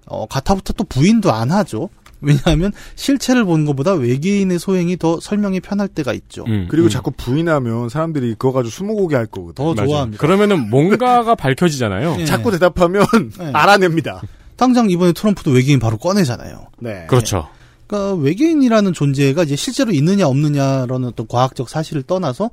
D: 어, 가타부터 또 부인도 안 하죠. 왜냐하면 실체를 보는 것보다 외계인의 소행이 더 설명이 편할 때가 있죠.
C: 음,
B: 그리고 자꾸 부인하면 사람들이 그거 가지고 스무고개 할 거거든.
D: 더
C: 맞아요.
D: 좋아합니다.
C: 그러면은 뭔가가 밝혀지잖아요.
D: 예.
B: 자꾸 대답하면 알아냅니다.
D: 당장 이번에 트럼프도 외계인 바로 꺼내잖아요.
B: 네.
C: 그렇죠.
D: 그러니까 외계인이라는 존재가 이제 실제로 있느냐 없느냐라는 어떤 과학적 사실을 떠나서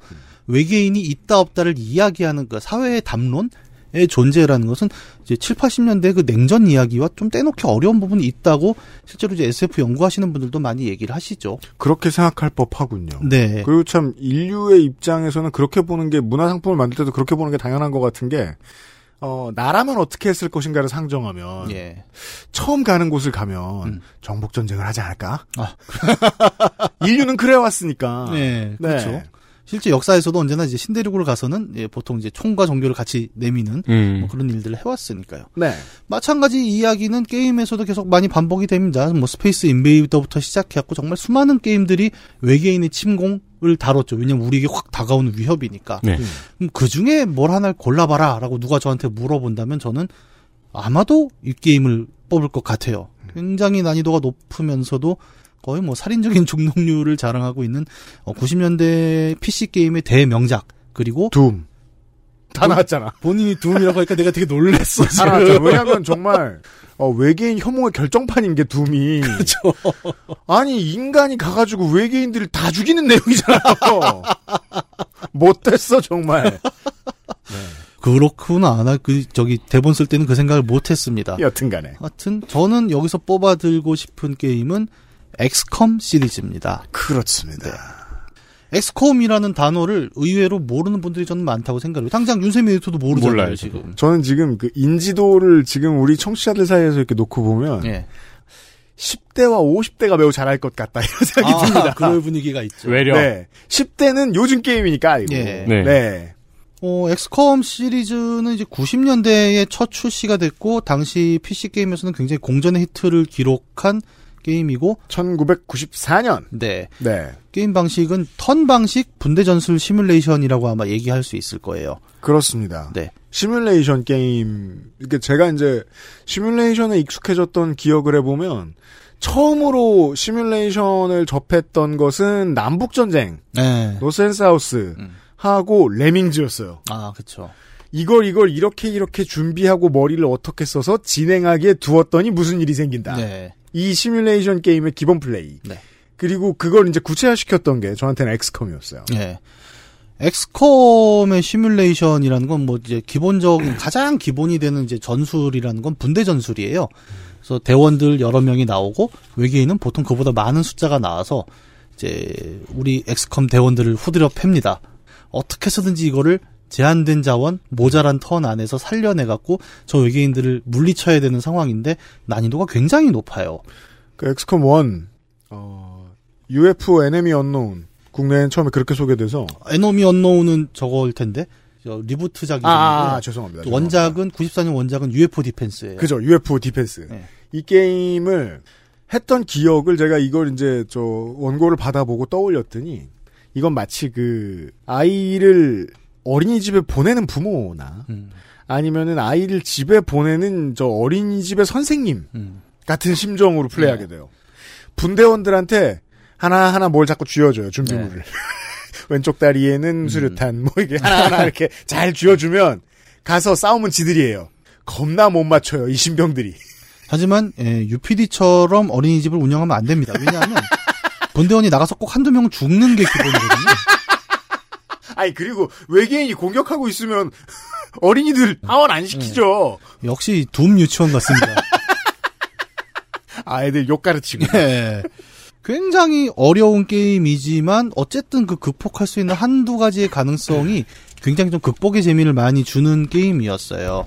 D: 외계인이 있다 없다를 이야기하는 그 사회의 담론 의 존재라는 것은 이제 7, 80년대 그 냉전 이야기와 좀 떼놓기 어려운 부분이 있다고 실제로 이제 SF 연구하시는 분들도 많이 얘기를 하시죠.
B: 그렇게 생각할 법하군요.
D: 네.
B: 그리고 참 인류의 입장에서는 그렇게 보는 게 문화 상품을 만들 때도 그렇게 보는 게 당연한 것 같은 게 어, 나라면 어떻게 했을 것인가를
C: 그
B: 상정하면
D: 예.
B: 처음 가는 곳을 가면
D: 음.
B: 정복 전쟁을 하지 않을까? 인류는 그래 왔으니까.
D: 아. 네, 그렇죠. 실제 역사에서도 언제나 이제 신대륙으로 가서는 예, 보통 이제 총과 종교를 같이 내미는
C: 음.
D: 뭐 그런 일들을 해왔으니까요.
B: 네.
D: 마찬가지 이야기는 게임에서도 계속 많이 반복이 됩니다. 뭐 스페이스 인베이더부터 시작해갖고 정말 수많은 게임들이 외계인의 침공을 다뤘죠. 왜냐면 우리에게 확 다가오는 위협이니까.
C: 네.
D: 그 중에 뭘 하나를 골라봐라라고 누가 저한테 물어본다면 저는 아마도 이 게임을 뽑을 것 같아요. 굉장히 난이도가 높으면서도 거의 뭐 살인적인 중독률을 자랑하고 있는 어, 90년대 PC 게임의 대명작 그리고
B: 둠. 다
D: 본-
B: 나왔잖아.
D: 본인이 둠이라고 하니까 내가 되게 놀랬어.
B: 다 나왔죠. 왜냐면 정말 어, 외계인 혐오의 결정판인 게 둠이.
D: 그렇죠.
B: 아니 인간이 가가지고 외계인들을 다 죽이는 내용이잖아. 못됐어 정말.
D: 그렇구나. 나 그 저기 대본 쓸 때는 그 생각을 못 했습니다.
B: 예. 여튼간에.
D: 하여튼 저는 여기서 뽑아들고 싶은 게임은 엑스컴 시리즈입니다.
B: 그렇습니다.
D: 엑스컴이라는 단어를 의외로 모르는 분들이 저는 많다고 생각해요. 당장 윤세미 에디터도 모르잖아요, 지금.
B: 저는 지금 그 인지도를 지금 우리 청취자들 사이에서 이렇게 놓고 보면
D: 예.
B: 10대와 50대가 매우 잘할 것 같다 이런 생각이
D: 아,
B: 듭니다.
D: 그럴 분위기가 있죠.
C: 외려.
B: 네. 10대는 요즘 게임이니까 알고.
D: 예.
C: 네.
B: 네.
D: 어, 엑스컴 시리즈는 이제 90년대에 첫 출시가 됐고 당시 PC 게임에서는 굉장히 공전의 히트를 기록한 게임이고
B: 1994년
D: 네.
B: 네.
D: 게임 방식은 턴 방식 분대 전술 시뮬레이션이라고 아마 얘기할 수 있을 거예요.
B: 그렇습니다.
D: 네.
B: 시뮬레이션 게임, 이게 제가 이제 시뮬레이션에 익숙해졌던 기억을 해보면, 처음으로 시뮬레이션을 접했던 것은 남북전쟁,
D: 네. 음.
B: 노센스하우스, 하고 레밍즈였어요.
D: 아, 그렇죠.
B: 이걸 이걸 이렇게 이렇게 준비하고 머리를 어떻게 써서 진행하기에 두었더니 무슨 일이 생긴다.
D: 네.
B: 이 시뮬레이션 게임의 기본 플레이.
D: 네.
B: 그리고 그걸 이제 구체화시켰던 게 저한테는 엑스컴이었어요.
D: 예. 엑스컴의 시뮬레이션이라는 건 뭐 이제 기본적인 가장 기본이 되는 이제 전술이라는 건 분대 전술이에요. 그래서 대원들 여러 명이 나오고 외계인은 보통 그보다 많은 숫자가 나와서 이제 우리 엑스컴 대원들을 후드려 팹니다. 어떻게 해서든지 이거를 제한된 자원 모자란 턴 안에서 살려내 갖고 저 외계인들을 물리쳐야 되는 상황인데 난이도가 굉장히 높아요.
B: 그 엑스컴 1, UFO 에네미 언노운 국내엔 처음에 그렇게 소개돼서
D: 에노미 언노우는 저거일 텐데 저 리부트작이
B: 아, 아, 아, 죄송합니다.
D: 또 원작은 94년 원작은 UFO 디펜스예요.
B: 그죠 UFO 디펜스
D: 네.
B: 이 게임을 했던 기억을 제가 이걸 이제 저 원고를 받아보고 떠올렸더니 이건 마치 그 아이를 어린이집에 보내는 부모나
D: 음.
B: 아니면은 아이를 집에 보내는 저 어린이집의 선생님
D: 음. 네.
B: 같은 심정으로 플레이하게 돼요. 분대원들한테 하나하나 뭘 자꾸 쥐어줘요,
D: 네.
B: 준비물을. 왼쪽 다리에는
D: 음.
B: 수류탄, 뭐 이게 하나하나 이렇게 잘 쥐어주면 가서 싸움은 지들이에요. 겁나 못 맞춰요, 이 신병들이.
D: 하지만 예, UPD처럼 어린이집을 운영하면 안 됩니다. 왜냐하면 본대원이 나가서 꼭 한두 명 죽는 게 기본이거든요.
B: 아니, 그리고 외계인이 공격하고 있으면 어린이들 아원 안 시키죠.
D: 역시 둠 유치원 같습니다.
B: 아이들 욕 가르치고.
D: 예. 굉장히 어려운 게임이지만 어쨌든 그 극복할 수 있는 한두 가지의 가능성이 굉장히 좀 극복의 재미를 많이 주는 게임이었어요.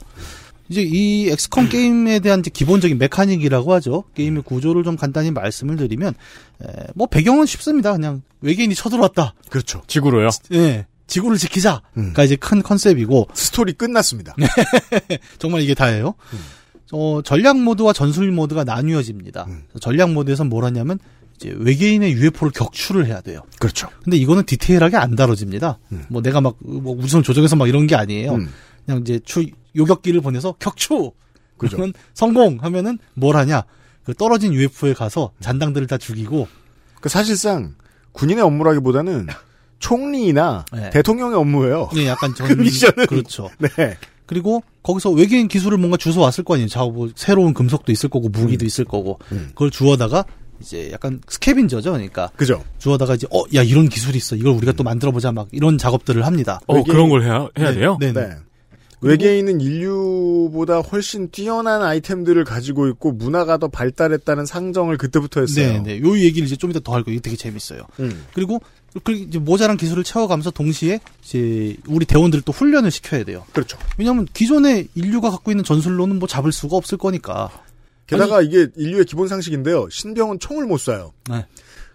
D: 이제 이 엑스컴 게임에 대한 이제 기본적인 메카닉이라고 하죠. 게임의 구조를 좀 간단히 말씀을 드리면 에, 뭐 배경은 쉽습니다. 그냥 외계인이 쳐들어왔다.
B: 그렇죠.
C: 지구로요.
D: 예. 지구를 지키자가
B: 음.
D: 이제 큰 컨셉이고
B: 스토리 끝났습니다.
D: 정말 이게 다예요.
B: 음.
D: 어, 전략 모드와 전술 모드가 나뉘어집니다.
B: 음.
D: 전략 모드에서 뭘 하냐면 이제 외계인의 UFO를 격추를 해야 돼요.
B: 그렇죠.
D: 근데 이거는 디테일하게 안 다뤄집니다. 뭐 내가 막, 뭐 우선 조정해서 막 이런 게 아니에요.
B: 음.
D: 그냥 이제 추, 요격기를 보내서 격추!
B: 그죠.
D: 그러면 성공! 하면은 뭘 하냐? 그 떨어진 UFO에 가서
B: 음.
D: 잔당들을 다 죽이고,
B: 그 사실상 군인의 업무라기보다는 총리나
D: 네.
B: 대통령의 업무예요.
D: 예, 약간 전,
B: 그 미션은.
D: 그렇죠.
B: 네.
D: 그리고 거기서 외계인 기술을 뭔가 주워 왔을 거 아니에요. 자, 뭐 새로운 금속도 있을 거고
B: 음.
D: 무기도 있을 거고 그걸 주워다가 이제 약간 스캐빈저죠, 그러니까
B: 그죠.
D: 주워다가 이제 어, 야 이런 기술이 있어. 이걸 우리가
B: 음.
D: 또 만들어 보자 막 이런 작업들을 합니다.
C: 어 그런 걸 해야 해야 돼요.
D: 네, 네.
B: 네. 외계인은 인류보다 훨씬 뛰어난 아이템들을 가지고 있고 문화가 더 발달했다는 상정을 그때부터
D: 네,
B: 했어요.
D: 네. 요 얘기를 이제 좀 이따 더 할 거예요. 이게 되게 재밌어요.
B: 음.
D: 그리고 그 이제 모자란 기술을 채워가면서 동시에 이제 우리 대원들을 또 훈련을 시켜야 돼요.
B: 그렇죠.
D: 왜냐하면 기존의 인류가 갖고 있는 전술로는 뭐 잡을 수가 없을 거니까.
B: 게다가 이게 인류의 기본 상식인데요. 신병은 총을 못 쏴요.
D: 네.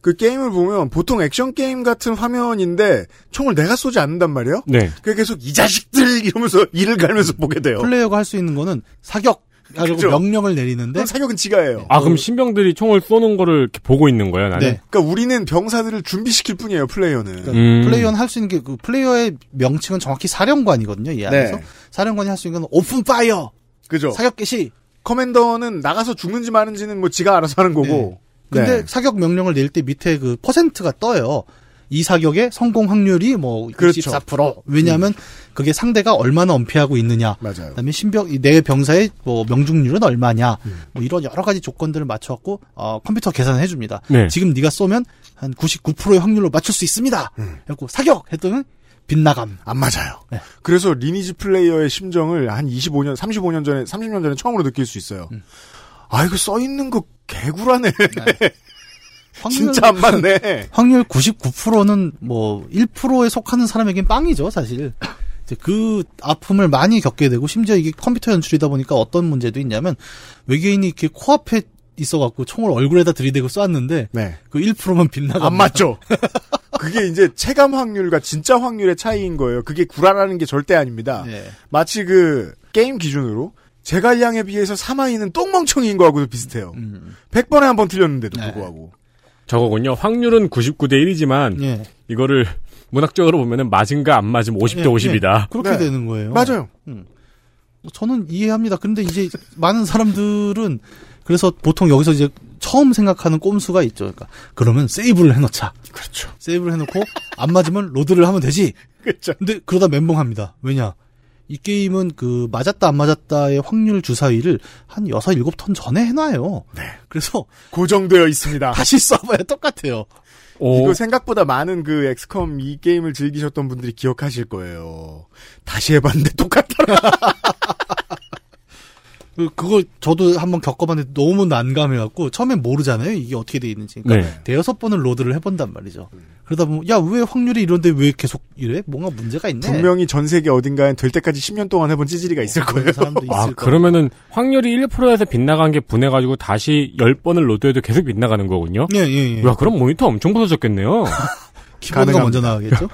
B: 그 게임을 보면 보통 액션 게임 같은 화면인데 총을 내가 쏘지 않는단 말이에요.
C: 네.
B: 그게 계속 이 자식들 이러면서 이를 갈면서 보게 돼요.
D: 플레이어가 할 수 있는 거는 사격. 하고
B: 그죠.
D: 명령을 내리는데
B: 그럼 사격은 지가 해요.
C: 아 그럼 신병들이 총을 쏘는 거를 이렇게 보고 있는 거예요, 나는.
D: 네.
B: 그러니까 우리는 병사들을 준비시킬 뿐이에요. 플레이어는.
D: 그러니까
C: 음.
D: 플레이어는 할 수 있는 게 그 플레이어의 명칭은 정확히 사령관이거든요. 이 안에서
B: 네.
D: 사령관이 할 수 있는 건 오픈 파이어
B: 그죠.
D: 사격 개시.
B: 커맨더는 나가서 죽는지 마는지는 뭐 지가 알아서 하는 거고.
D: 근데
B: 네.
D: 사격 명령을 낼 때 밑에 그 퍼센트가 떠요. 이 사격의 성공 확률이 뭐
B: 그렇죠.
D: 64%. 왜냐하면 그게 상대가 얼마나 은폐하고 있느냐.
B: 맞아요.
D: 그다음에 신병 이내 병사의 뭐 명중률은 얼마냐.
B: 음.
D: 뭐 이런 여러 가지 조건들을 맞춰갖고 어, 컴퓨터 계산을 해줍니다.
C: 네.
D: 지금 네가 쏘면 한 99%의 확률로 맞출 수 있습니다.
B: 음.
D: 그래갖고 사격 했더니 빗나감.
B: 안 맞아요.
D: 네.
B: 그래서 리니지 플레이어의 심정을 한 25년, 35년 전에, 30년 전에 처음으로 느낄 수 있어요. 아, 이거 써있는 거 개구라네. 진짜 안 맞네.
D: 확률 99%는 뭐 1%에 속하는 사람에겐 빵이죠, 사실. 이제 그 아픔을 많이 겪게 되고 심지어 이게 컴퓨터 연출이다 보니까 어떤 문제도 있냐면 외계인이 이렇게 코앞에 있어갖고 총을 얼굴에다 들이대고 쐈는데 그 1%만 빗나가
B: 네, 안 맞죠? 그게 이제 체감 확률과 진짜 확률의 차이인 거예요. 그게 구라라는 게 절대 아닙니다.
D: 네.
B: 마치 그 게임 기준으로 제갈량에 비해서 사마이는 똥멍청이인 거하고도 비슷해요.
D: 음.
B: 100번에 한 번 틀렸는데도 불구하고.
C: 저거군요. 확률은 99대
B: 네.
C: 1이지만
D: 예.
C: 이거를 문학적으로 보면은 맞은가 안 맞으면 50대
B: 네.
D: 예,
C: 50이다.
D: 예, 그렇게 되는 거예요.
B: 맞아요.
D: 음. 저는 이해합니다. 근데 이제 많은 사람들은 그래서 보통 여기서 이제 처음 생각하는 꼼수가 있죠. 그러니까 그러면 세이브를 해놓자.
B: 그렇죠.
D: 세이브를 해놓고 안 맞으면 로드를 하면 되지.
B: 그렇죠.
D: 근데 그러다 멘붕합니다. 왜냐? 이 게임은 그 맞았다 안 맞았다의 확률 주사위를 한 6, 7턴 전에 해놔요.
B: 네.
D: 그래서
B: 고정되어 있습니다.
D: 다시 써봐야 똑같아요.
B: 네. 이거 생각보다 많은 그 엑스컴 이 게임을 즐기셨던 분들이 기억하실 거예요. 다시 해봤는데 똑같더라.
D: 그- 그걸 저도 한번 겪어봤는데 너무 난감해갖고 처음엔 모르잖아요 이게 어떻게 돼 있는지 그러니까
C: 네.
D: 대여섯 번을 로드를 해본단 말이죠
B: 음.
D: 그러다 보면 야 왜 확률이 이런데 왜 계속 이래 뭔가 문제가 있네
B: 분명히 전 세계 어딘가엔 될 때까지 10년 동안 해본 찌질이가 있을 거예요.
C: 아, 그러면은 확률이 1%에서 빗나간 게 분해가지고 다시 10번을 로드해도 계속 빗나가는 거군요?
D: 예, 예,
C: 야, 그럼 모니터 엄청 부서졌겠네요.
B: 키보드가
D: 먼저 나가겠죠?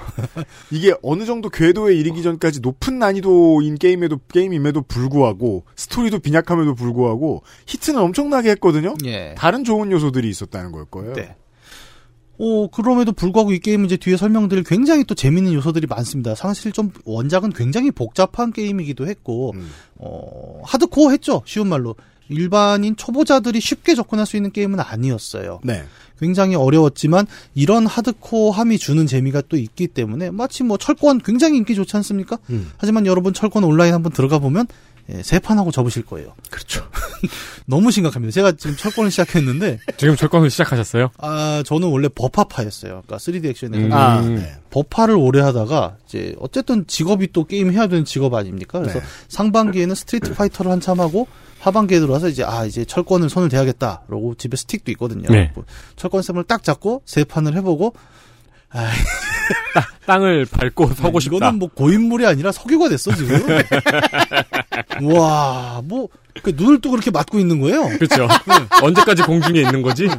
B: 이게 어느 정도 궤도에 이르기 전까지 높은 난이도인 게임에도 게임임에도 불구하고 스토리도 빈약함에도 불구하고 히트는 엄청나게 했거든요.
D: 예.
B: 다른 좋은 요소들이 있었다는 걸 거예요.
D: 네. 오 그럼에도 불구하고 이 게임은 이제 뒤에 설명드릴 굉장히 또 재밌는 요소들이 많습니다 사실 좀 원작은 굉장히 복잡한 게임이기도 했고
B: 음.
D: 어, 하드코어 했죠 쉬운 말로 일반인 초보자들이 쉽게 접근할 수 있는 게임은 아니었어요
B: 네.
D: 굉장히 어려웠지만 이런 하드코어함이 주는 재미가 또 있기 때문에 마치 뭐 철권 굉장히 인기 좋지 않습니까?
B: 음.
D: 하지만 여러분 철권 온라인 한번 들어가 보면 예, 세 판하고 접으실 거예요.
B: 그렇죠.
D: 너무 심각합니다. 제가 지금 철권을 시작했는데
C: 지금 철권을 시작하셨어요?
D: 아 저는 원래 버파파였어요. 그러니까 3D 액션에서
C: 음.
D: 아,
C: 네.
D: 버파를 오래 하다가 이제 어쨌든 직업이 또 게임 해야 되는 직업 아닙니까? 그래서
C: 네.
D: 상반기에는 스트리트 파이터를 한참 하고 하반기에 들어와서 이제 아 이제 철권을 손을 대야겠다. 그러고 집에 스틱도 있거든요. 뭐
C: 네.
D: 철권쌤을 딱 잡고 세 판을 해보고
C: 땅을 밟고 서고 싶다.
D: 이거는 뭐 고인물이 아니라 석유가 됐어 지금. 와, 뭐, 그 눈을 뜨고 이렇게 맞고 있는 거예요.
C: 그렇죠. 언제까지 공중에 있는 거지? 네,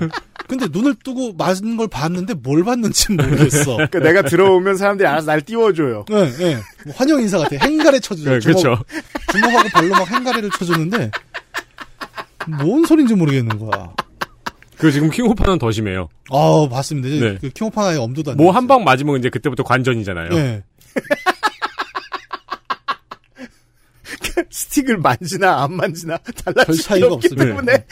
D: 근데 눈을 뜨고 맞은 걸 봤는데 뭘 봤는지 모르겠어.
B: 그러니까 내가 들어오면 사람들이 알아서 날 띄워줘요.
D: 예, 예. 뭐 환영 인사 같아. 행가래 쳐주죠.
B: 네, 그쵸.
D: 주먹- 주먹하고 발로 막 행가래를 쳐주는데 뭔 소린지 모르겠는 거야.
C: 그 지금 킹오파는 더 심해요.
D: 아, 봤습니다. 이제
C: 네.
D: 그 킹오파나의 엄두도 안
C: 뭐 한 방 맞으면 이제 그때부터 관전이잖아요.
D: 예.
B: 스틱을 만지나 안 만지나
D: 별
B: 달라질 게
D: 차이가
B: 없기
D: 없습니다. 네.
B: 때문에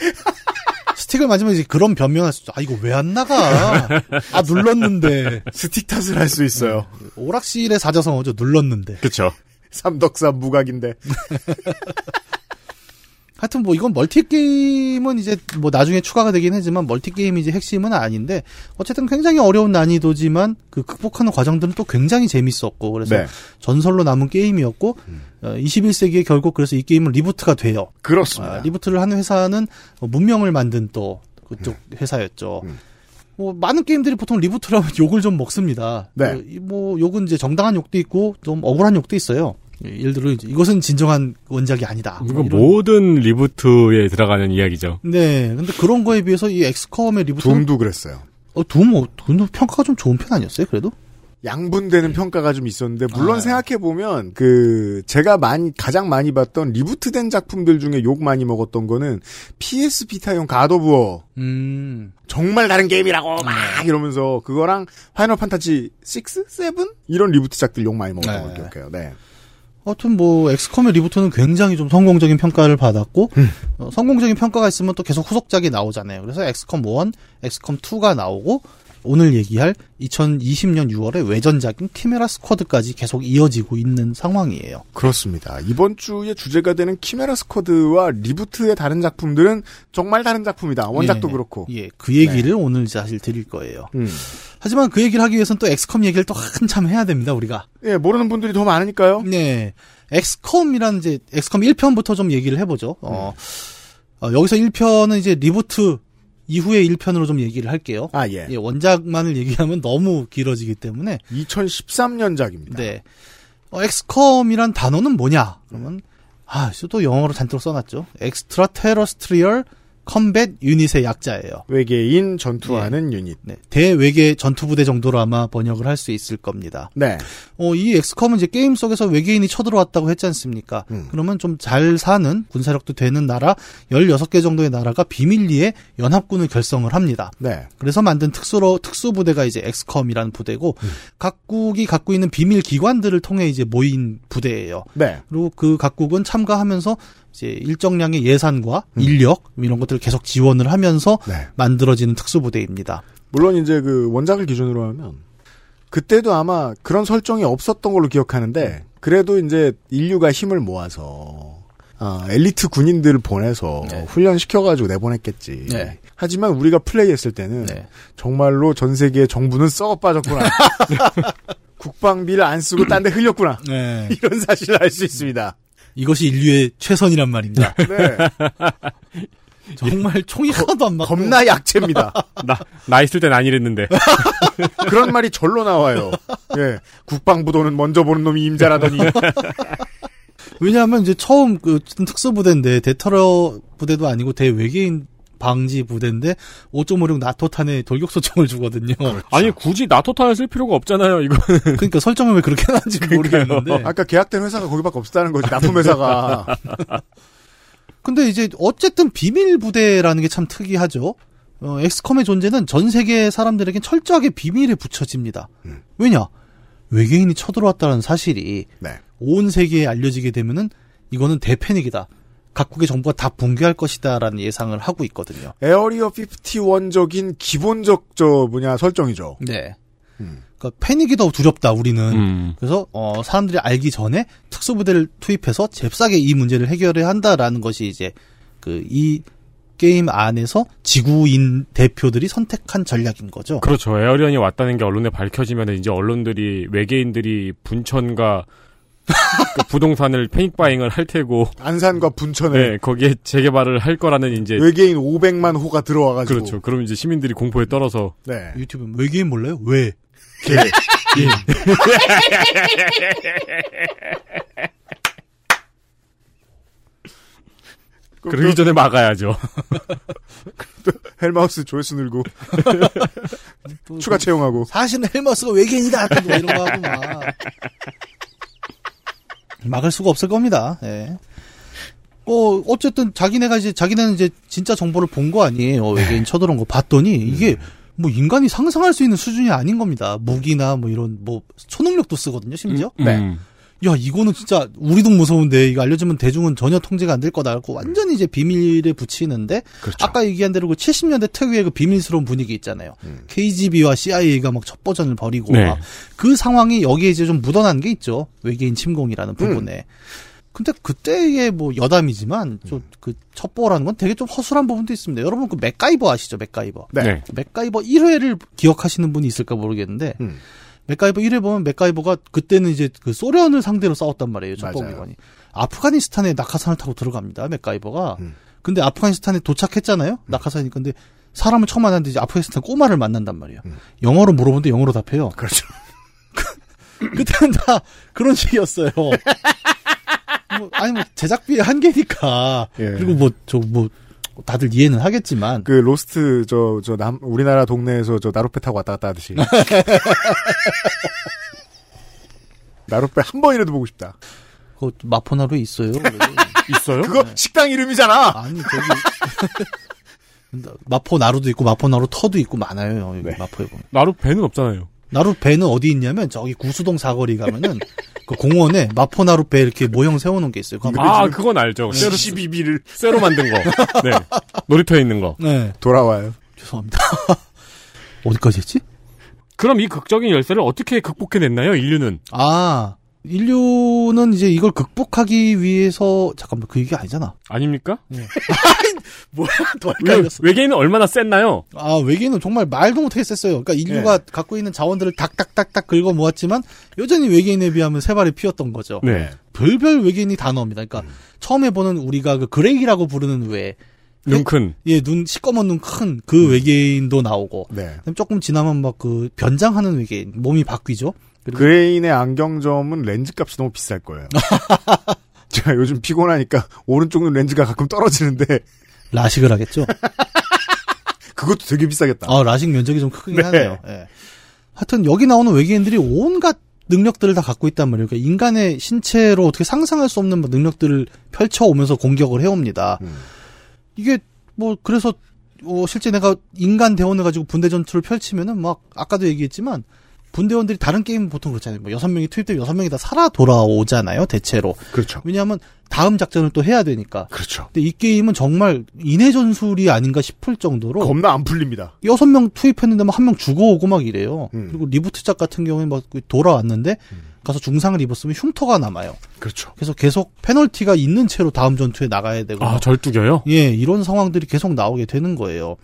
D: 스틱을 맞으면 이제 그런 변명할 수 있죠. 아, 이거 왜 안 나가? 아, 눌렀는데.
B: 스틱 탓을 할 수 있어요.
D: 음. 오락실의 사자성어죠. 눌렀는데.
B: 그렇죠. 삼덕사 무각인데
D: 하여튼 뭐 이건 멀티게임은 이제 뭐 나중에 추가가 되긴 하지만 멀티게임이 이제 핵심은 아닌데 어쨌든 굉장히 어려운 난이도지만 그 극복하는 과정들은 또 굉장히 재밌었고 그래서
B: 네.
D: 전설로 남은 게임이었고
C: 음.
D: 21세기에 결국 그래서 이 게임은 리부트가 돼요.
B: 그렇습니다.
D: 아, 리부트를 한 회사는 어, 문명을 만든 또 그쪽
B: 음.
D: 회사였죠. 뭐 많은 게임들이 보통 리부트를 하면 욕을 좀 먹습니다.
B: 네.
D: 어, 이- 뭐 욕은 이제 정당한 욕도 있고 좀 억울한 욕도 있어요. 예, 예를 들어 이제 이것은 진정한 뭐 원작이 아니다.
B: 음.
C: 이거 모든 리부트에 들어가는 이야기죠.
D: 네, 근데 그런 거에 비해서 이 엑스컴의 리부트
B: 둠도 그랬어요.
D: 어, 둠, 어, 둠도 평가가 좀 좋은 편 아니었어요, 그래도?
B: 양분되는 평가가 좀 있었는데 물론 생각해 보면 그 제가 많이 가장 많이 봤던 리부트된 작품들 중에 욕 많이 먹었던 거는 PS 비타용 가도부어
D: 음.
B: 정말 다른 게임이라고 막 이러면서 네. 그거랑 파이널 판타지 6, 7 이런 리부트작들 욕 많이 먹었던 걸 기억해요. 네.
D: 하여튼 뭐 엑스컴의 리부트는 굉장히 좀 성공적인 평가를 받았고
B: 음.
D: 어, 성공적인 평가가 있으면 또 계속 후속작이 나오잖아요. 그래서 엑스컴 1, 엑스컴 2가 나오고 오늘 얘기할 2020년 6월에 외전작인 키메라 스쿼드까지 계속 이어지고 있는 상황이에요.
B: 그렇습니다. 이번 주에 주제가 되는 키메라 스쿼드와 리부트의 다른 작품들은 정말 다른 작품이다. 원작도
D: 예,
B: 그렇고. 네.
D: 예, 그 얘기를 오늘 사실 드릴 거예요.
B: 음.
D: 하지만 그 얘기를 하기 위해서는 또 엑스컴 얘기를 또 한참 해야 됩니다, 우리가.
B: 예, 모르는 분들이 더 많으니까요.
D: 네. 엑스컴이라는 이제 엑스컴 1편부터 좀 얘기를 해 보죠. 어. 어, 여기서 1편은 이제 리부트 이후의 1편으로 좀 얘기를 할게요.
B: 아, 예.
D: 원작만을 얘기하면 너무 길어지기 때문에
B: 2013년작입니다.
D: 네. 어, 엑스컴이란 단어는 뭐냐? 그러면 아, 이거 또 영어로 잔뜩 써 놨죠. 엑스트라 테러스트리얼 컴뱃 유닛의 약자예요.
B: 외계인 전투하는 유닛.
D: 네. 대외계 전투부대 정도로 아마 번역을 할 수 있을 겁니다.
B: 네.
D: 어, 이 엑스컴은 이제 게임 속에서 외계인이 쳐들어왔다고 했지 않습니까?
B: 음.
D: 그러면 좀 잘 사는 군사력도 되는 나라 16개 정도의 나라가 비밀리에 연합군을 결성을 합니다.
B: 네.
D: 그래서 만든 특수로 특수 부대가 이제 엑스컴이라는 부대고
B: 음.
D: 각국이 갖고 있는 비밀 기관들을 통해 이제 모인 부대예요.
B: 네.
D: 그리고 그 각국은 참가하면서 이제 일정량의 예산과
B: 음.
D: 인력 이런 것들을 계속 지원을 하면서 만들어지는 특수 부대입니다.
B: 네. 물론 이제 그 원작을 기준으로 하면 그때도 아마 그런 설정이 없었던 걸로 기억하는데 그래도 이제 인류가 힘을 모아서 아, 엘리트 군인들을 보내서 훈련시켜가지고 내보냈겠지.
D: 네.
B: 하지만 우리가 플레이했을 때는 정말로 전 세계 정부는 썩어 빠졌구나. 국방비를 안 쓰고 딴 데 흘렸구나.
D: 네.
B: 이런 사실을 알 수 있습니다.
D: 이것이 인류의 최선이란 말입니다. 정말 총이 하나도 안 맞고
B: 겁나 약체입니다.
C: 나, 나 있을 땐 안 이랬는데.
B: 그런 말이 절로 나와요. 예. 국방부도는 먼저 보는 놈이 임자라더니.
D: 왜냐하면 이제 처음 그 어쨌든 특수부대인데 대테러 부대도 아니고 대외계인 방지 부대인데 5.56 나토탄에 돌격소총을 주거든요.
B: 그렇죠.
C: 아니, 굳이 나토탄을 쓸 필요가 없잖아요, 이거.
D: 그러니까 설정을 왜 그렇게 해놨는지 모르겠는데.
B: 아까 계약된 회사가 거기밖에 없다는 거지. 납품 회사가.
D: 근데 이제 어쨌든 비밀 부대라는 게 참 특이하죠. 어, 엑스컴의 존재는 전 세계 사람들에게 철저하게 비밀에 붙여집니다.
B: 음.
D: 왜냐? 외계인이 쳐들어왔다는 사실이
B: 네.
D: 온 세계에 알려지게 되면은 이거는 대패닉이다. 각국의 정부가 다 붕괴할 것이다라는 예상을 하고 있거든요.
B: 에어리어 51적인 기본적 저 뭐냐 설정이죠.
D: 네. 그러니까 패닉이 더 두렵다 우리는.
C: 음.
D: 그래서 어, 사람들이 알기 전에 특수부대를 투입해서 잽싸게 이 문제를 해결해야 한다라는 것이 이제 그 이 게임 안에서 지구인 대표들이 선택한 전략인 거죠.
C: 그렇죠. 에어리언이 왔다는 게 언론에 밝혀지면 이제 언론들이 외계인들이 분천과 그 부동산을 패닉 바잉을 할 테고
B: 안산과 분천에
C: 네, 거기에 재개발을 할 거라는 이제
B: 외계인 500만 호가 들어와가지고.
C: 그렇죠. 그럼 이제 시민들이 공포에 떨어서
B: 네.
D: 유튜브 외계인 몰라요? 왜?
B: 개.
D: 예.
C: 그러기 전에 막아야죠.
B: 헬마우스 조회수 늘고 추가 채용하고.
D: 사실은 헬머스가 외계인이다. 또 뭐 이런 거 하고 막. 막을 수가 없을 겁니다. 예. 어, 어쨌든 자기네가 이제 자기네는 이제 진짜 정보를 본 거 아니에요. 외계인 쳐들어온 거 봤더니 이게 뭐 인간이 상상할 수 있는 수준이 아닌 겁니다. 무기나 뭐 이런 뭐 초능력도 쓰거든요. 심지어.
C: 네.
D: 야 이거는 진짜 우리도 무서운데 이거 알려주면 대중은 전혀 통제가 안 될 거다고 완전히 이제 비밀에 붙이는데 아까 얘기한 대로 그 70년대 특유의 그 비밀스러운 분위기 있잖아요. KGB와 CIA가 막 첩보전을 벌이고
C: 네.
D: 막 그 상황이 여기에 이제 좀 묻어난 게 있죠. 외계인 침공이라는 부분에. 근데 그때의 뭐 여담이지만 좀 그 첩보라는 건 되게 좀 허술한 부분도 있습니다. 여러분 그 맥가이버 아시죠? 맥가이버.
B: 네.
D: 맥가이버 1회를 기억하시는 분이 있을까 모르겠는데
B: 음.
D: 맥가이버 1회 보면 맥가이버가 그때는 이제 그 소련을 상대로 싸웠단 말이에요. 첩보기관이. 아프가니스탄에 낙하산을 타고 들어갑니다. 맥가이버가.
B: 음.
D: 근데 아프가니스탄에 도착했잖아요. 낙하산이 근데 사람을 처음 만났는데 이제 아프가니스탄 꼬마를 만난단 말이에요. 영어로 물어보는데 영어로 답해요.
B: 음. 그렇죠.
D: 그때는 다 그런 식이었어요. 뭐, 아니 뭐 제작비의 한계니까 그리고 뭐 저 뭐 다들 이해는 하겠지만
B: 예. 그 로스트 저 저 남 우리나라 동네에서 저 나룻배 타고 왔다 갔다 하듯이. 나룻배 한 번이라도 보고 싶다.
D: 그거 마포나루에 있어요.
C: 있어요?
B: 그거 식당 이름이잖아.
D: 아니 저기 마포 나루도 있고 마포 나루 터도 있고 네. 많아요. 여기 마포에 보면.
C: 나루 배는 없잖아요.
D: 나루 배는 어디 있냐면 저기 구수동 사거리 가면은 그 공원에 마포나루배 이렇게 모형 세워놓은 게 있어요.
C: 아, 그건 알죠.
D: 네.
B: 12비를
C: 쇠로 만든 거. 네. 놀이터에 있는 거.
D: 네.
B: 돌아와요.
D: 죄송합니다. 어디까지 했지?
C: 그럼 이 극적인 열쇠를 어떻게 극복해냈나요, 인류는?
D: 아, 인류는 이제 이걸 극복하기 위해서 잠깐만 그 얘기 아니잖아.
C: 아닙니까?
D: 뭐야 아, 또
C: 왜, 외계인은 얼마나 셌나요?
D: 아 외계인은 정말 말도 못하게 셌어요. 그러니까 인류가 갖고 있는 자원들을 닥닥닥닥 긁어 모았지만 여전히 외계인에 비하면 세 발이 피었던 거죠.
C: 네.
D: 별별 외계인이 다 나옵니다. 그러니까 처음에 보는 우리가 그 그레이라고 부르는 외
C: 눈 큰.
D: 예, 눈 시꺼먼 눈 큰 그 외계인도 나오고.
B: 네.
D: 그다음에 조금 지나면 막 그 변장하는 외계인 몸이 바뀌죠. 그리고
B: 그레인의 안경점은 렌즈 값이 너무 비쌀 거예요. 제가 요즘 피곤하니까 오른쪽 눈 렌즈가 가끔 떨어지는데
D: 라식을 하겠죠.
B: 그것도 되게 비싸겠다.
D: 아, 라식 면적이 좀 크긴
B: 네.
D: 하네요. 예. 하여튼 여기 나오는 외계인들이 온갖 능력들을 다 갖고 있단 말이에요. 그러니까 인간의 신체로 어떻게 상상할 수 없는 뭐 능력들을 펼쳐오면서 공격을 해옵니다.
B: 음.
D: 이게 뭐 그래서 어, 실제 내가 인간 대원을 가지고 분대 전투를 펼치면은 막 아까도 얘기했지만 분대원들이 다른 게임은 보통 그렇잖아요. 뭐 여섯 명이 투입되면 여섯 명이 다 살아 돌아오잖아요. 대체로.
B: 그렇죠.
D: 왜냐하면 다음 작전을 또 해야 되니까.
B: 그렇죠.
D: 근데 이 게임은 정말 인해 전술이 아닌가 싶을 정도로
B: 겁나 안 풀립니다.
D: 여섯 명 투입했는데 막 한 명 죽어오고 막 이래요. 그리고 리부트작 같은 경우에 막 돌아왔는데 가서 중상을 입었으면 흉터가 남아요.
B: 그렇죠.
D: 그래서 계속 페널티가 있는 채로 다음 전투에 나가야 되고
C: 아, 절뚝여요?
D: 예, 이런 상황들이 계속 나오게 되는 거예요.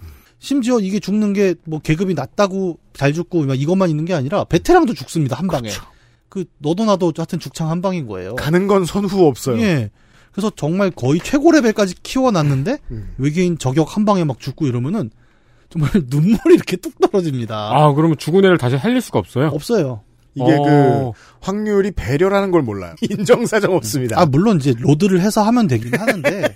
D: 심지어 이게 죽는 게 뭐 계급이 낮다고 잘 죽고 막 이것만 있는 게 아니라 베테랑도 죽습니다 한 방에. 그 너도 나도 하여튼 죽창 한 방인 거예요.
B: 가는 건 선후 없어요.
D: 예. 그래서 정말 거의 최고 레벨까지 키워놨는데 외계인 저격 한 방에 막 죽고 이러면은 정말 눈물이 이렇게 뚝 떨어집니다.
C: 아, 그러면 죽은 애를 다시 살릴 수가 없어요?
D: 없어요.
B: 이게
C: 어.
B: 그 확률이 배려라는 걸 몰라요. 인정사정 없습니다.
D: 아 물론 이제 로드를 해서 하면 되긴 하는데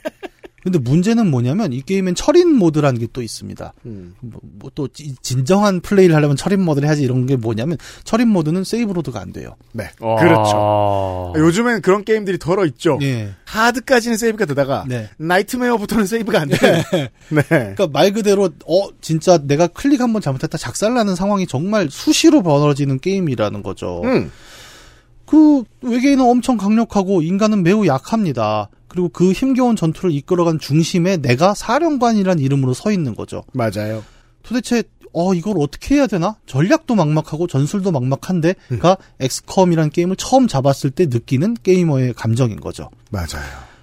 D: 근데 문제는 뭐냐면 이 게임엔 철인 모드라는 게 또 있습니다.
B: 음.
D: 뭐 또 진정한 플레이를 하려면 철인 모드를 해야지 이런 게 뭐냐면 철인 모드는 세이브 로드가 안 돼요.
B: 네. 그렇죠. 요즘엔 그런 게임들이 덜어 있죠. 하드까지는 세이브가 되다가 나이트메어부터는 세이브가 안 돼. 네.
D: 그러니까 말 그대로 어 진짜 내가 클릭 한 번 잘못했다 작살나는 상황이 정말 수시로 벌어지는 게임이라는 거죠.
B: 어. 음.
D: 그 외계인은 엄청 강력하고 인간은 매우 약합니다. 그리고 그 힘겨운 전투를 이끌어간 중심에 내가 사령관이란 이름으로 서 있는 거죠.
B: 맞아요.
D: 도대체 어 이걸 어떻게 해야 되나? 전략도 막막하고 전술도 막막한데가 엑스컴이란 게임을 처음 잡았을 때 느끼는 게이머의 감정인 거죠.
B: 맞아요.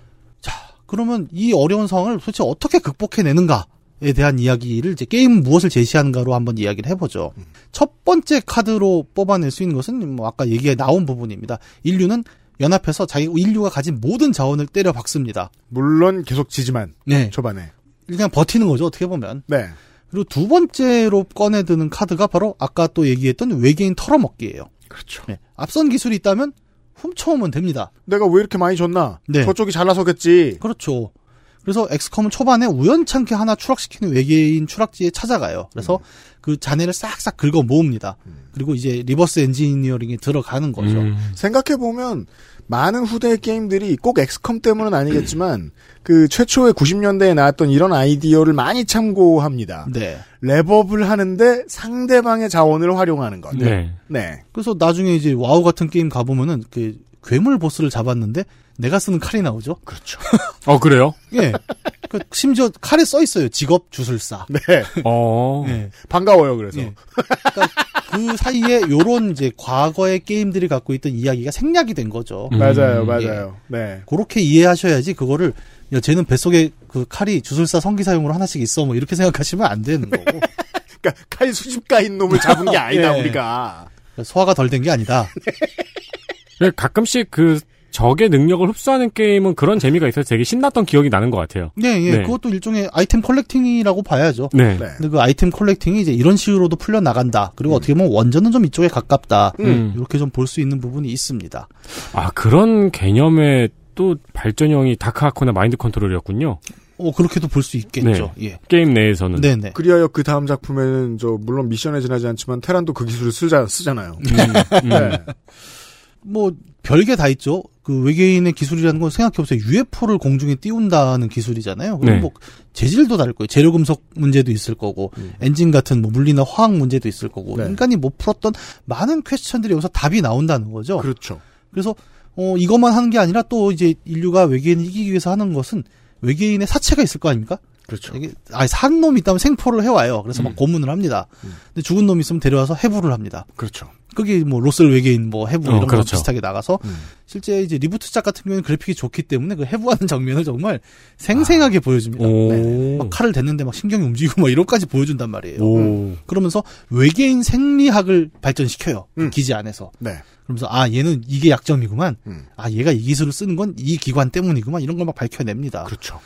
D: 그러면 이 어려운 상황을 도대체 어떻게 극복해내는가에 대한 이야기를 이제 게임 무엇을 제시하는가로 한번 이야기를 해보죠.
B: 음.
D: 첫 번째 카드로 뽑아낼 수 있는 것은 뭐 아까 얘기에 나온 부분입니다. 인류는 연합해서 자기 인류가 가진 모든 자원을 때려 박습니다.
B: 물론 계속 지지만
D: 네.
B: 초반에
D: 그냥 버티는 거죠 어떻게 보면.
B: 네.
D: 그리고 두 번째로 꺼내드는 카드가 바로 아까 또 얘기했던 외계인 털어먹기예요. 네.
B: 그렇죠.
D: 앞선 기술이 있다면 훔쳐오면 됩니다.
B: 내가 왜 이렇게 많이 줬나?
D: 네.
B: 저쪽이 잘나서겠지.
D: 그렇죠. 그래서 엑스컴은 초반에 우연찮게 하나 추락시키는 외계인 추락지에 찾아가요. 그래서
B: 음.
D: 그 잔해를 싹싹 긁어 모읍니다. 그리고 이제 리버스 엔지니어링에 들어가는 거죠.
B: 음.
C: 음,
B: 생각해 보면 많은 후대의 게임들이 꼭 엑스컴 때문은 아니겠지만 그 최초의 90년대에 나왔던 이런 아이디어를 많이 참고합니다.
D: 네.
B: 랩업을 하는데 상대방의 자원을 활용하는 것.
C: 네.
B: 네.
D: 그래서 나중에 이제 와우 같은 게임 가보면은 그 괴물 보스를 잡았는데 내가 쓰는 칼이 나오죠.
B: 그렇죠.
C: 어, 그래요?
D: 예. 그 심지어 칼에 써 있어요. 직업 주술사. 예.
B: 네.
C: 어.
D: 네.
B: 반가워요. 그래서
D: 그 사이에 요런 이제 과거의 게임들이 갖고 있던 이야기가 생략이 된 거죠.
B: 맞아요,
D: 예.
B: 맞아요. 네.
D: 그렇게 이해하셔야지 그거를 야 쟤는 뱃속에 그 칼이 주술사 성기사용으로 하나씩 있어 뭐 이렇게 생각하시면 안 되는 거고
B: 그러니까 칼 수집가인 놈을 잡은 게 아니다
D: 예.
B: 우리가.
D: 소화가 덜 된 게 아니다
C: 네, 가끔씩 그 적의 능력을 흡수하는 게임은 그런 재미가 있어서 되게 신났던 기억이 나는 것 같아요.
D: 네, 예, 그것도 일종의 아이템 컬렉팅이라고 봐야죠
C: 네. 네.
D: 근데 그 아이템 컬렉팅이 이제 이런 식으로도 풀려나간다 그리고 어떻게 보면 원전은 좀 이쪽에 가깝다
C: 음.
D: 이렇게 좀 볼 수 있는 부분이 있습니다
C: 아, 그런 개념의 또 발전형이 다크하코나 마인드 컨트롤이었군요.
D: 어 그렇게도 볼 수 있겠죠
C: 네.
D: 예.
C: 게임 내에서는.
D: 네네
B: 그리하여 그 다음 작품에는 저 물론 미션에 지나지 않지만 테란도 그 기술을 쓰자 쓰잖아요.
C: 음.
B: 네.
D: 뭐 별게 다 있죠. 그 외계인의 기술이라는 건 생각해보세요. UFO를 공중에 띄운다는 기술이잖아요. 그럼
C: 네.
D: 뭐 재질도 다를 거예요. 재료 금속 문제도 있을 거고
B: 음.
D: 엔진 같은 뭐 물리나
B: 네.
D: 화학 문제도 있을 거고 인간이 못 풀었던 많은 퀘스천들이 여기서 답이 나온다는 거죠.
B: 그렇죠.
D: 그래서 어 이것만 하는 게 아니라 또 이제 인류가 외계인을 이기기 위해서 하는 것은 외계인의 사체가 있을 거 아닙니까?
B: 그렇죠. 음.
D: 이게 아니 산 놈이 있다면 생포를 해와요. 그래서 막 고문을 합니다. 근데 죽은 놈이 있으면 데려와서 해부를 합니다.
B: 그렇죠.
D: 그게 뭐 로셀 외계인 뭐 해부
B: 어,
D: 이런 거랑
B: 그렇죠.
D: 비슷하게 나가서 실제 이제 리부트작 같은 경우는 그래픽이 좋기 때문에 그 해부하는 장면을 정말 생생하게 보여줍니다. 네. 막 칼을 댔는데 막 신경이 움직이고 막 이런까지 보여준단 말이에요.
C: 오.
D: 음. 그러면서 외계인 생리학을 발전시켜요. 그 기지 안에서.
B: 네.
D: 그러면서 아 얘는 이게 약점이구만.
B: 음.
D: 아 얘가 이 기술을 쓰는 건 이 기관 때문이구만. 이런 걸 막 밝혀냅니다.
B: 그렇죠.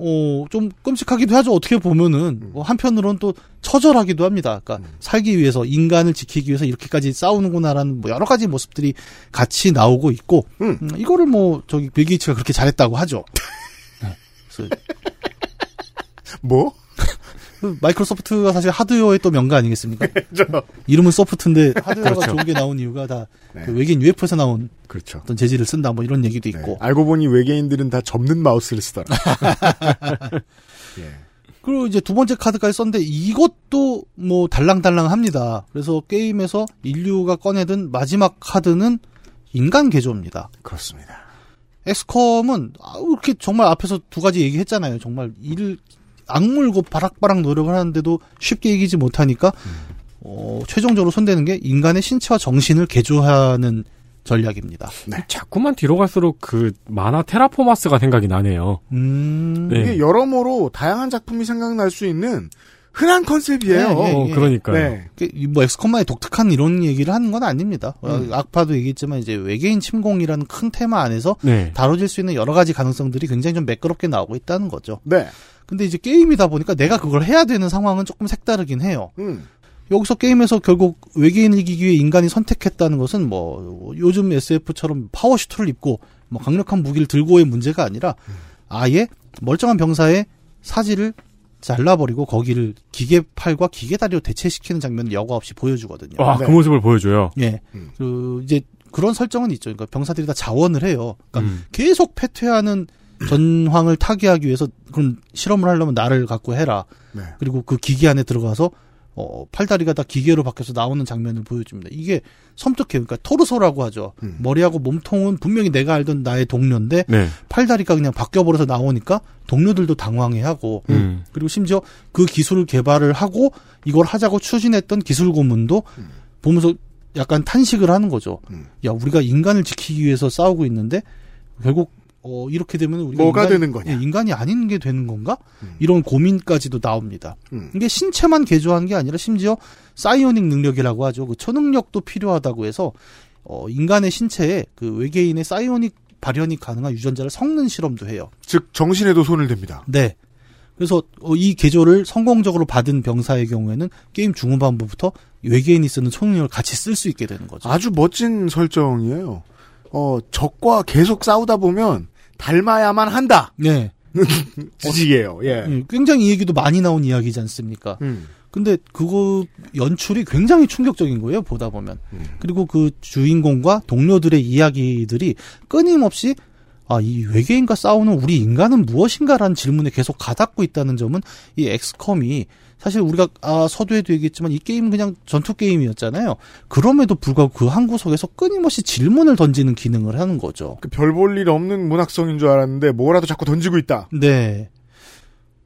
D: 어, 좀 끔찍하기도 하죠. 어떻게 보면은
B: 음.
D: 뭐 한편으론 또 처절하기도 합니다. 그러니까 살기 위해서 인간을 지키기 위해서 이렇게까지 싸우는구나라는 뭐 여러 가지 모습들이 같이 나오고 있고 음, 이거를 뭐 저기 빌 게이츠가 그렇게 잘했다고 하죠. 네. 그래서
B: 뭐?
D: 마이크로소프트가 사실 하드웨어의 또 명가 아니겠습니까? 이름은 소프트인데 하드웨어가
B: 그렇죠. 네.
D: 좋은 게 나온 이유가 다그 외계인 UFO에서 나온
B: 그렇죠.
D: 어떤 재질을 쓴다 뭐 이런 얘기도 있고
B: 알고 보니 외계인들은 다 접는 마우스를 쓰더라.
D: 그리고 이제 두 번째 카드까지 썼는데 이것도 뭐 달랑달랑합니다. 그래서 게임에서 인류가 꺼내든 마지막 카드는 인간 개조입니다.
B: 그렇습니다.
D: 엑스컴은 아우, 이렇게 정말 앞에서 두 가지 얘기했잖아요. 정말 일 악물고 바락바락 노력을 하는데도 쉽게 이기지 못하니까 어, 최종적으로 손대는 게 인간의 신체와 정신을 개조하는 전략입니다.
C: 자꾸만 뒤로 갈수록 그 만화 테라포마스가 생각이 나네요.
D: 음.
C: 네.
B: 이게 여러모로 다양한 작품이 생각날 수 있는 흔한 컨셉이에요.
C: 어,
D: 예, 예.
B: 네.
D: 그뭐 엑스컴만의 독특한 이런 얘기를 하는 건 아닙니다. 어,
B: 음.
D: 악파도 얘기했지만 이제 외계인 침공이라는 큰 테마 안에서
C: 네.
D: 다뤄질 수 있는 여러 가지 가능성들이 굉장히 좀 매끄럽게 나오고 있다는 거죠.
B: 네.
D: 근데 이제 게임이다 보니까 내가 그걸 해야 되는 상황은 조금 색다르긴 해요.
B: 음.
D: 여기서 게임에서 결국 외계인을 이기기 위해 인간이 선택했다는 것은 뭐 요즘 SF처럼 파워슈트를 입고 뭐 강력한 무기를 들고의 문제가 아니라 아예 멀쩡한 병사의 사지를 잘라버리고 거기를 기계 팔과 기계 다리로 대체시키는 장면을 여과 없이 보여주거든요.
C: 와, 그 모습을 보여줘요.
D: 예. 그 이제 그런 설정은 있죠. 그러니까 병사들이 다 자원을 해요. 그러니까
C: 음.
D: 계속 패퇴하는 전황을 타개하기 위해서 그런 실험을 하려면 나를 갖고 해라.
B: 네.
D: 그리고 그 기계 안에 들어가서 어, 팔다리가 다 기계로 바뀌어서 나오는 장면을 보여줍니다. 이게 섬뜩해요. 그러니까 토르소라고 하죠. 머리하고 몸통은 분명히 내가 알던 나의 동료인데
C: 네.
D: 팔다리가 그냥 바뀌어버려서 나오니까 동료들도 당황해하고
C: 음.
D: 그리고 심지어 그 기술을 개발을 하고 이걸 하자고 추진했던 기술 고문도
B: 음.
D: 보면서 약간 탄식을 하는 거죠. 야 우리가 인간을 지키기 위해서 싸우고 있는데 결국 어, 이렇게 되면 우리가
B: 뭐가 되는 거냐?
D: 예, 인간이 아닌 게 되는 건가? 이런 고민까지도 나옵니다.
B: 음.
D: 이게 신체만 개조한 게 아니라 심지어 사이오닉 능력이라고 하죠. 그 초능력도 필요하다고 해서 어, 인간의 신체에 그 외계인의 사이오닉 발현이 가능한 유전자를 섞는 실험도 해요.
B: 즉 정신에도 손을 댑니다.
D: 네. 그래서 어, 이 개조를 성공적으로 받은 병사의 경우에는 게임 중후반부부터 외계인이 쓰는 초능력을 같이 쓸 수 있게 되는 거죠.
B: 아주 멋진 설정이에요. 어, 적과 계속 싸우다 보면 닮아야만 한다.
D: 네.
B: 지식이에요. 예. 음.
D: 음, 굉장히 이 얘기도 많이 나온 이야기지 않습니까? 근데 그거 연출이 굉장히 충격적인 거예요, 보다 보면.
C: 음.
D: 그리고 그 주인공과 동료들의 이야기들이 끊임없이 아, 이 외계인과 싸우는 우리 인간은 무엇인가라는 질문에 계속 가닿고 있다는 점은 이 엑스컴이 사실 우리가 아, 서두에도 얘기했지만 이 게임은 그냥 전투 게임이었잖아요. 그럼에도 불구하고 그 한 구석에서 끊임없이 질문을 던지는 기능을 하는 거죠.
B: 그 별 볼 일 없는 문학성인 줄 알았는데 뭐라도 자꾸 던지고 있다.
D: 네.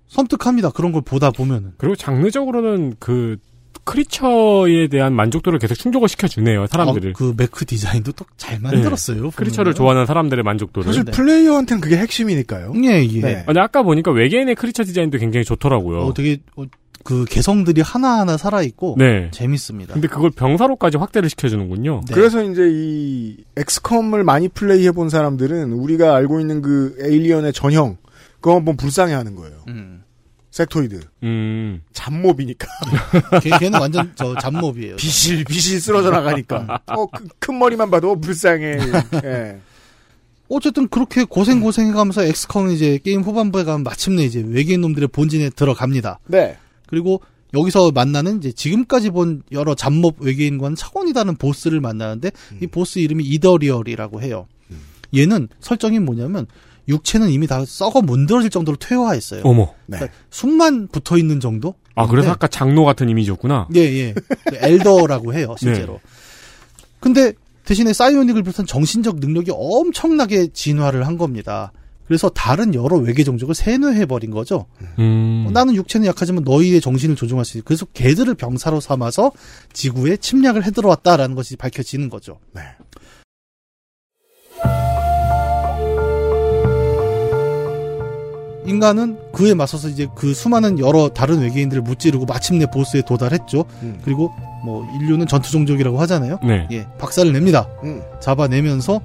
D: 섬뜩합니다. 그런 걸 보다 보면은.
C: 그리고 장르적으로는 그 크리처에 대한 만족도를 계속 충족을 시켜주네요, 사람들을.
D: 아, 그 매크 디자인도 또 잘 만들었어요. 보면은.
C: 네. 크리처를 좋아하는 사람들의 만족도를.
B: 사실 플레이어한테는 그게 핵심이니까요.
D: 예, 예.
C: 네. 아니, 아까 보니까 외계인의 크리처 디자인도 굉장히 좋더라고요.
D: 어, 되게 어, 그 개성들이 하나하나 살아있고
C: 네.
D: 재밌습니다.
C: 근데 그걸 병사로까지 확대를 시켜주는군요.
B: 그래서 이제 이 엑스컴을 많이 플레이해 본 사람들은 우리가 알고 있는 그 에일리언의 전형 그거 한번 불쌍해하는 거예요. 섹토이드.
C: 음.
B: 잡몹이니까.
D: 걔, 걔는 완전 저 잡몹이에요.
B: 비실 비실 쓰러져 나가니까. 어, 그, 큰 머리만 봐도 불쌍해. 예.
D: 어쨌든 그렇게 고생 고생해가면서 엑스컴은 이제 게임 후반부에 가면 마침내 이제 외계인 놈들의 본진에 들어갑니다.
B: 네.
D: 그리고 여기서 만나는 이제 지금까지 본 여러 잡몹 외계인과는 차원이 다른 보스를 만나는데 이 보스 이름이 이더리얼이라고 해요. 얘는 설정이 뭐냐면 육체는 이미 다 썩어 문드러질 정도로 퇴화했어요.
C: 어머.
D: 그러니까 숨만 붙어 있는 정도?
C: 아, 그래서
D: 네.
C: 아까 장로 같은 이미지였구나.
D: 예, 예. 그 엘더라고 해요, 실제로.
C: 네.
D: 근데 대신에 사이오닉을 비롯한 정신적 능력이 엄청나게 진화를 한 겁니다. 그래서 다른 여러 외계 종족을 세뇌해버린 거죠.
C: 음.
D: 어, 나는 육체는 약하지만 너희의 정신을 조종할 수 있어. 그래서 걔들을 병사로 삼아서 지구에 침략을 해들어왔다라는 것이 밝혀지는 거죠. 인간은 그에 맞서서 이제 그 수많은 여러 다른 외계인들을 무찌르고 마침내 보스에 도달했죠.
B: 음.
D: 그리고 뭐 인류는 전투 종족이라고 하잖아요.
C: 네.
D: 예, 박살을 냅니다.
B: 음.
D: 잡아내면서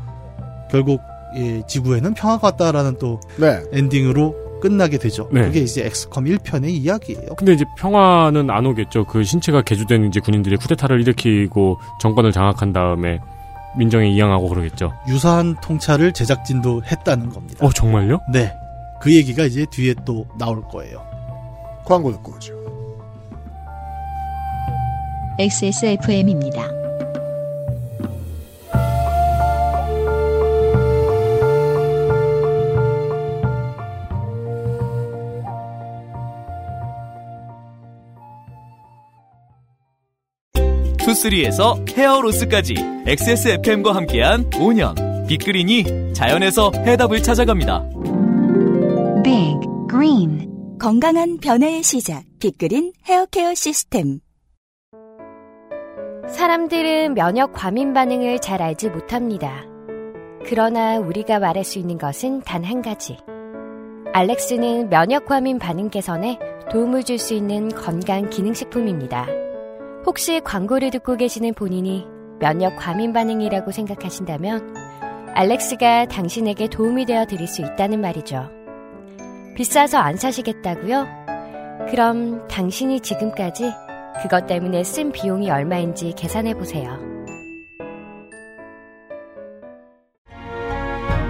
D: 결국 예, 지구에는 평화가 왔다라는 또
B: 네.
D: 엔딩으로 끝나게 되죠.
C: 네.
D: 그게 이제 엑스컴 1편의 이야기예요.
C: 근데 이제 평화는 안 오겠죠. 그 신체가 개조된 이제 군인들이 쿠데타를 일으키고 정권을 장악한 다음에 민정에 이양하고 그러겠죠.
D: 유사한 통찰을 제작진도 했다는 겁니다.
C: 어 정말요?
D: 네. 그 얘기가 이제 뒤에 또 나올 거예요.
B: 광고 듣고 오죠.
A: XSFM입니다.
L: 투쓰리에서 헤어로스까지 XSFM과 함께한 5년 빅그린이 자연에서 해답을 찾아갑니다.
M: Big Green 건강한 변화의 시작 빅그린 헤어케어 시스템
N: 사람들은 면역 과민 반응을 잘 알지 못합니다. 그러나 우리가 말할 수 있는 것은 단 한 가지. 알렉스는 면역 과민 반응 개선에 도움을 줄 수 있는 건강 기능식품입니다. 혹시 광고를 듣고 계시는 본인이 면역 과민 반응이라고 생각하신다면 알렉스가 당신에게 도움이 되어 드릴 수 있다는 말이죠. 비싸서 안 사시겠다고요? 그럼 당신이 지금까지 그것 때문에 쓴 비용이 얼마인지 계산해 보세요.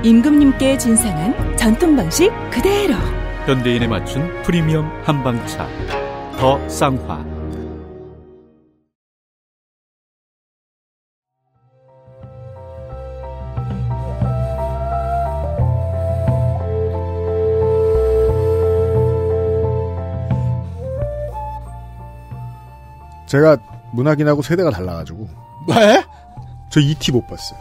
G: 임금님께 진상한 전통 방식 그대로
J: 현대인에 맞춘 프리미엄 한방차 더 쌍화
B: 제가 문학인하고 세대가 달라가지고.
D: 네?
B: 저 ET 못 봤어요.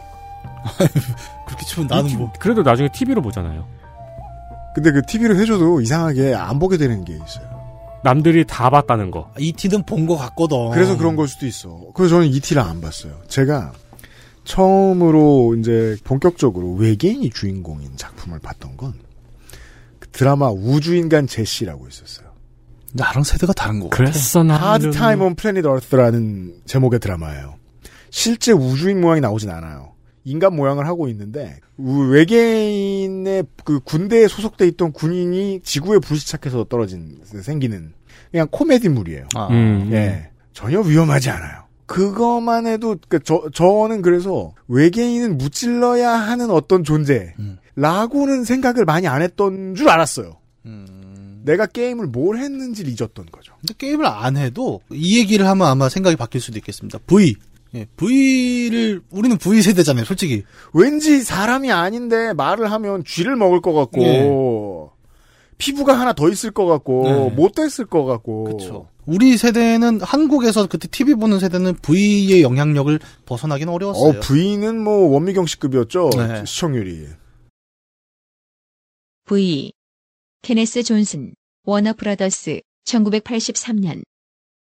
D: 그렇게 치면
C: 나는 뭐. 그래도 나중에 TV로 보잖아요.
B: 근데 그 TV로 해줘도 이상하게 안 보게 되는 게 있어요.
C: 남들이 다 봤다는 거.
D: ET는 E 본 거 같거든.
B: 그래서 그런 걸 수도 있어. 그래서 저는 ET를 안 봤어요. 제가 처음으로 이제 본격적으로 외계인이 주인공인 작품을 봤던 건그 드라마 우주인간 제시라고 있었어요.
D: 나랑 세대가 다른 거
C: 그랬어,
B: Hard Time on Planet Earth라는 제목의 드라마예요. 실제 우주인 모양이 나오진 않아요. 인간 모양을 하고 있는데 우- 외계인의 그 군대에 소속돼 있던 군인이 지구에 불시착해서 떨어진 생기는 그냥 코미디물이에요.
D: 아,
C: 음.
B: 예. 전혀 위험하지 않아요. 그거만 해도 그 저, 저는 그래서 외계인은 무찔러야 하는 어떤
D: 음.
B: 존재라고는 생각을 많이 안 했던 줄 알았어요. 내가 게임을 뭘 했는지를 잊었던 거죠.
D: 근데 게임을 안 해도 이 얘기를 하면 아마 생각이 바뀔 수도 있겠습니다. V. 예, V를 우리는 V 세대잖아요, 솔직히.
B: 왠지 사람이 아닌데 말을 하면 쥐를 먹을 것 같고
D: 예.
B: 피부가 하나 더 있을 것
D: 네.
B: 같고 못됐을 것 같고
D: 우리 세대는 한국에서 그때 TV 보는 세대는 V의 영향력을 벗어나긴
B: 어,
D: 어려웠어요.
B: 부인은 뭐 원미경 씨급이었죠
D: 네.
B: 시청률이
A: V. 케네스 존슨, 워너브라더스, 1983년.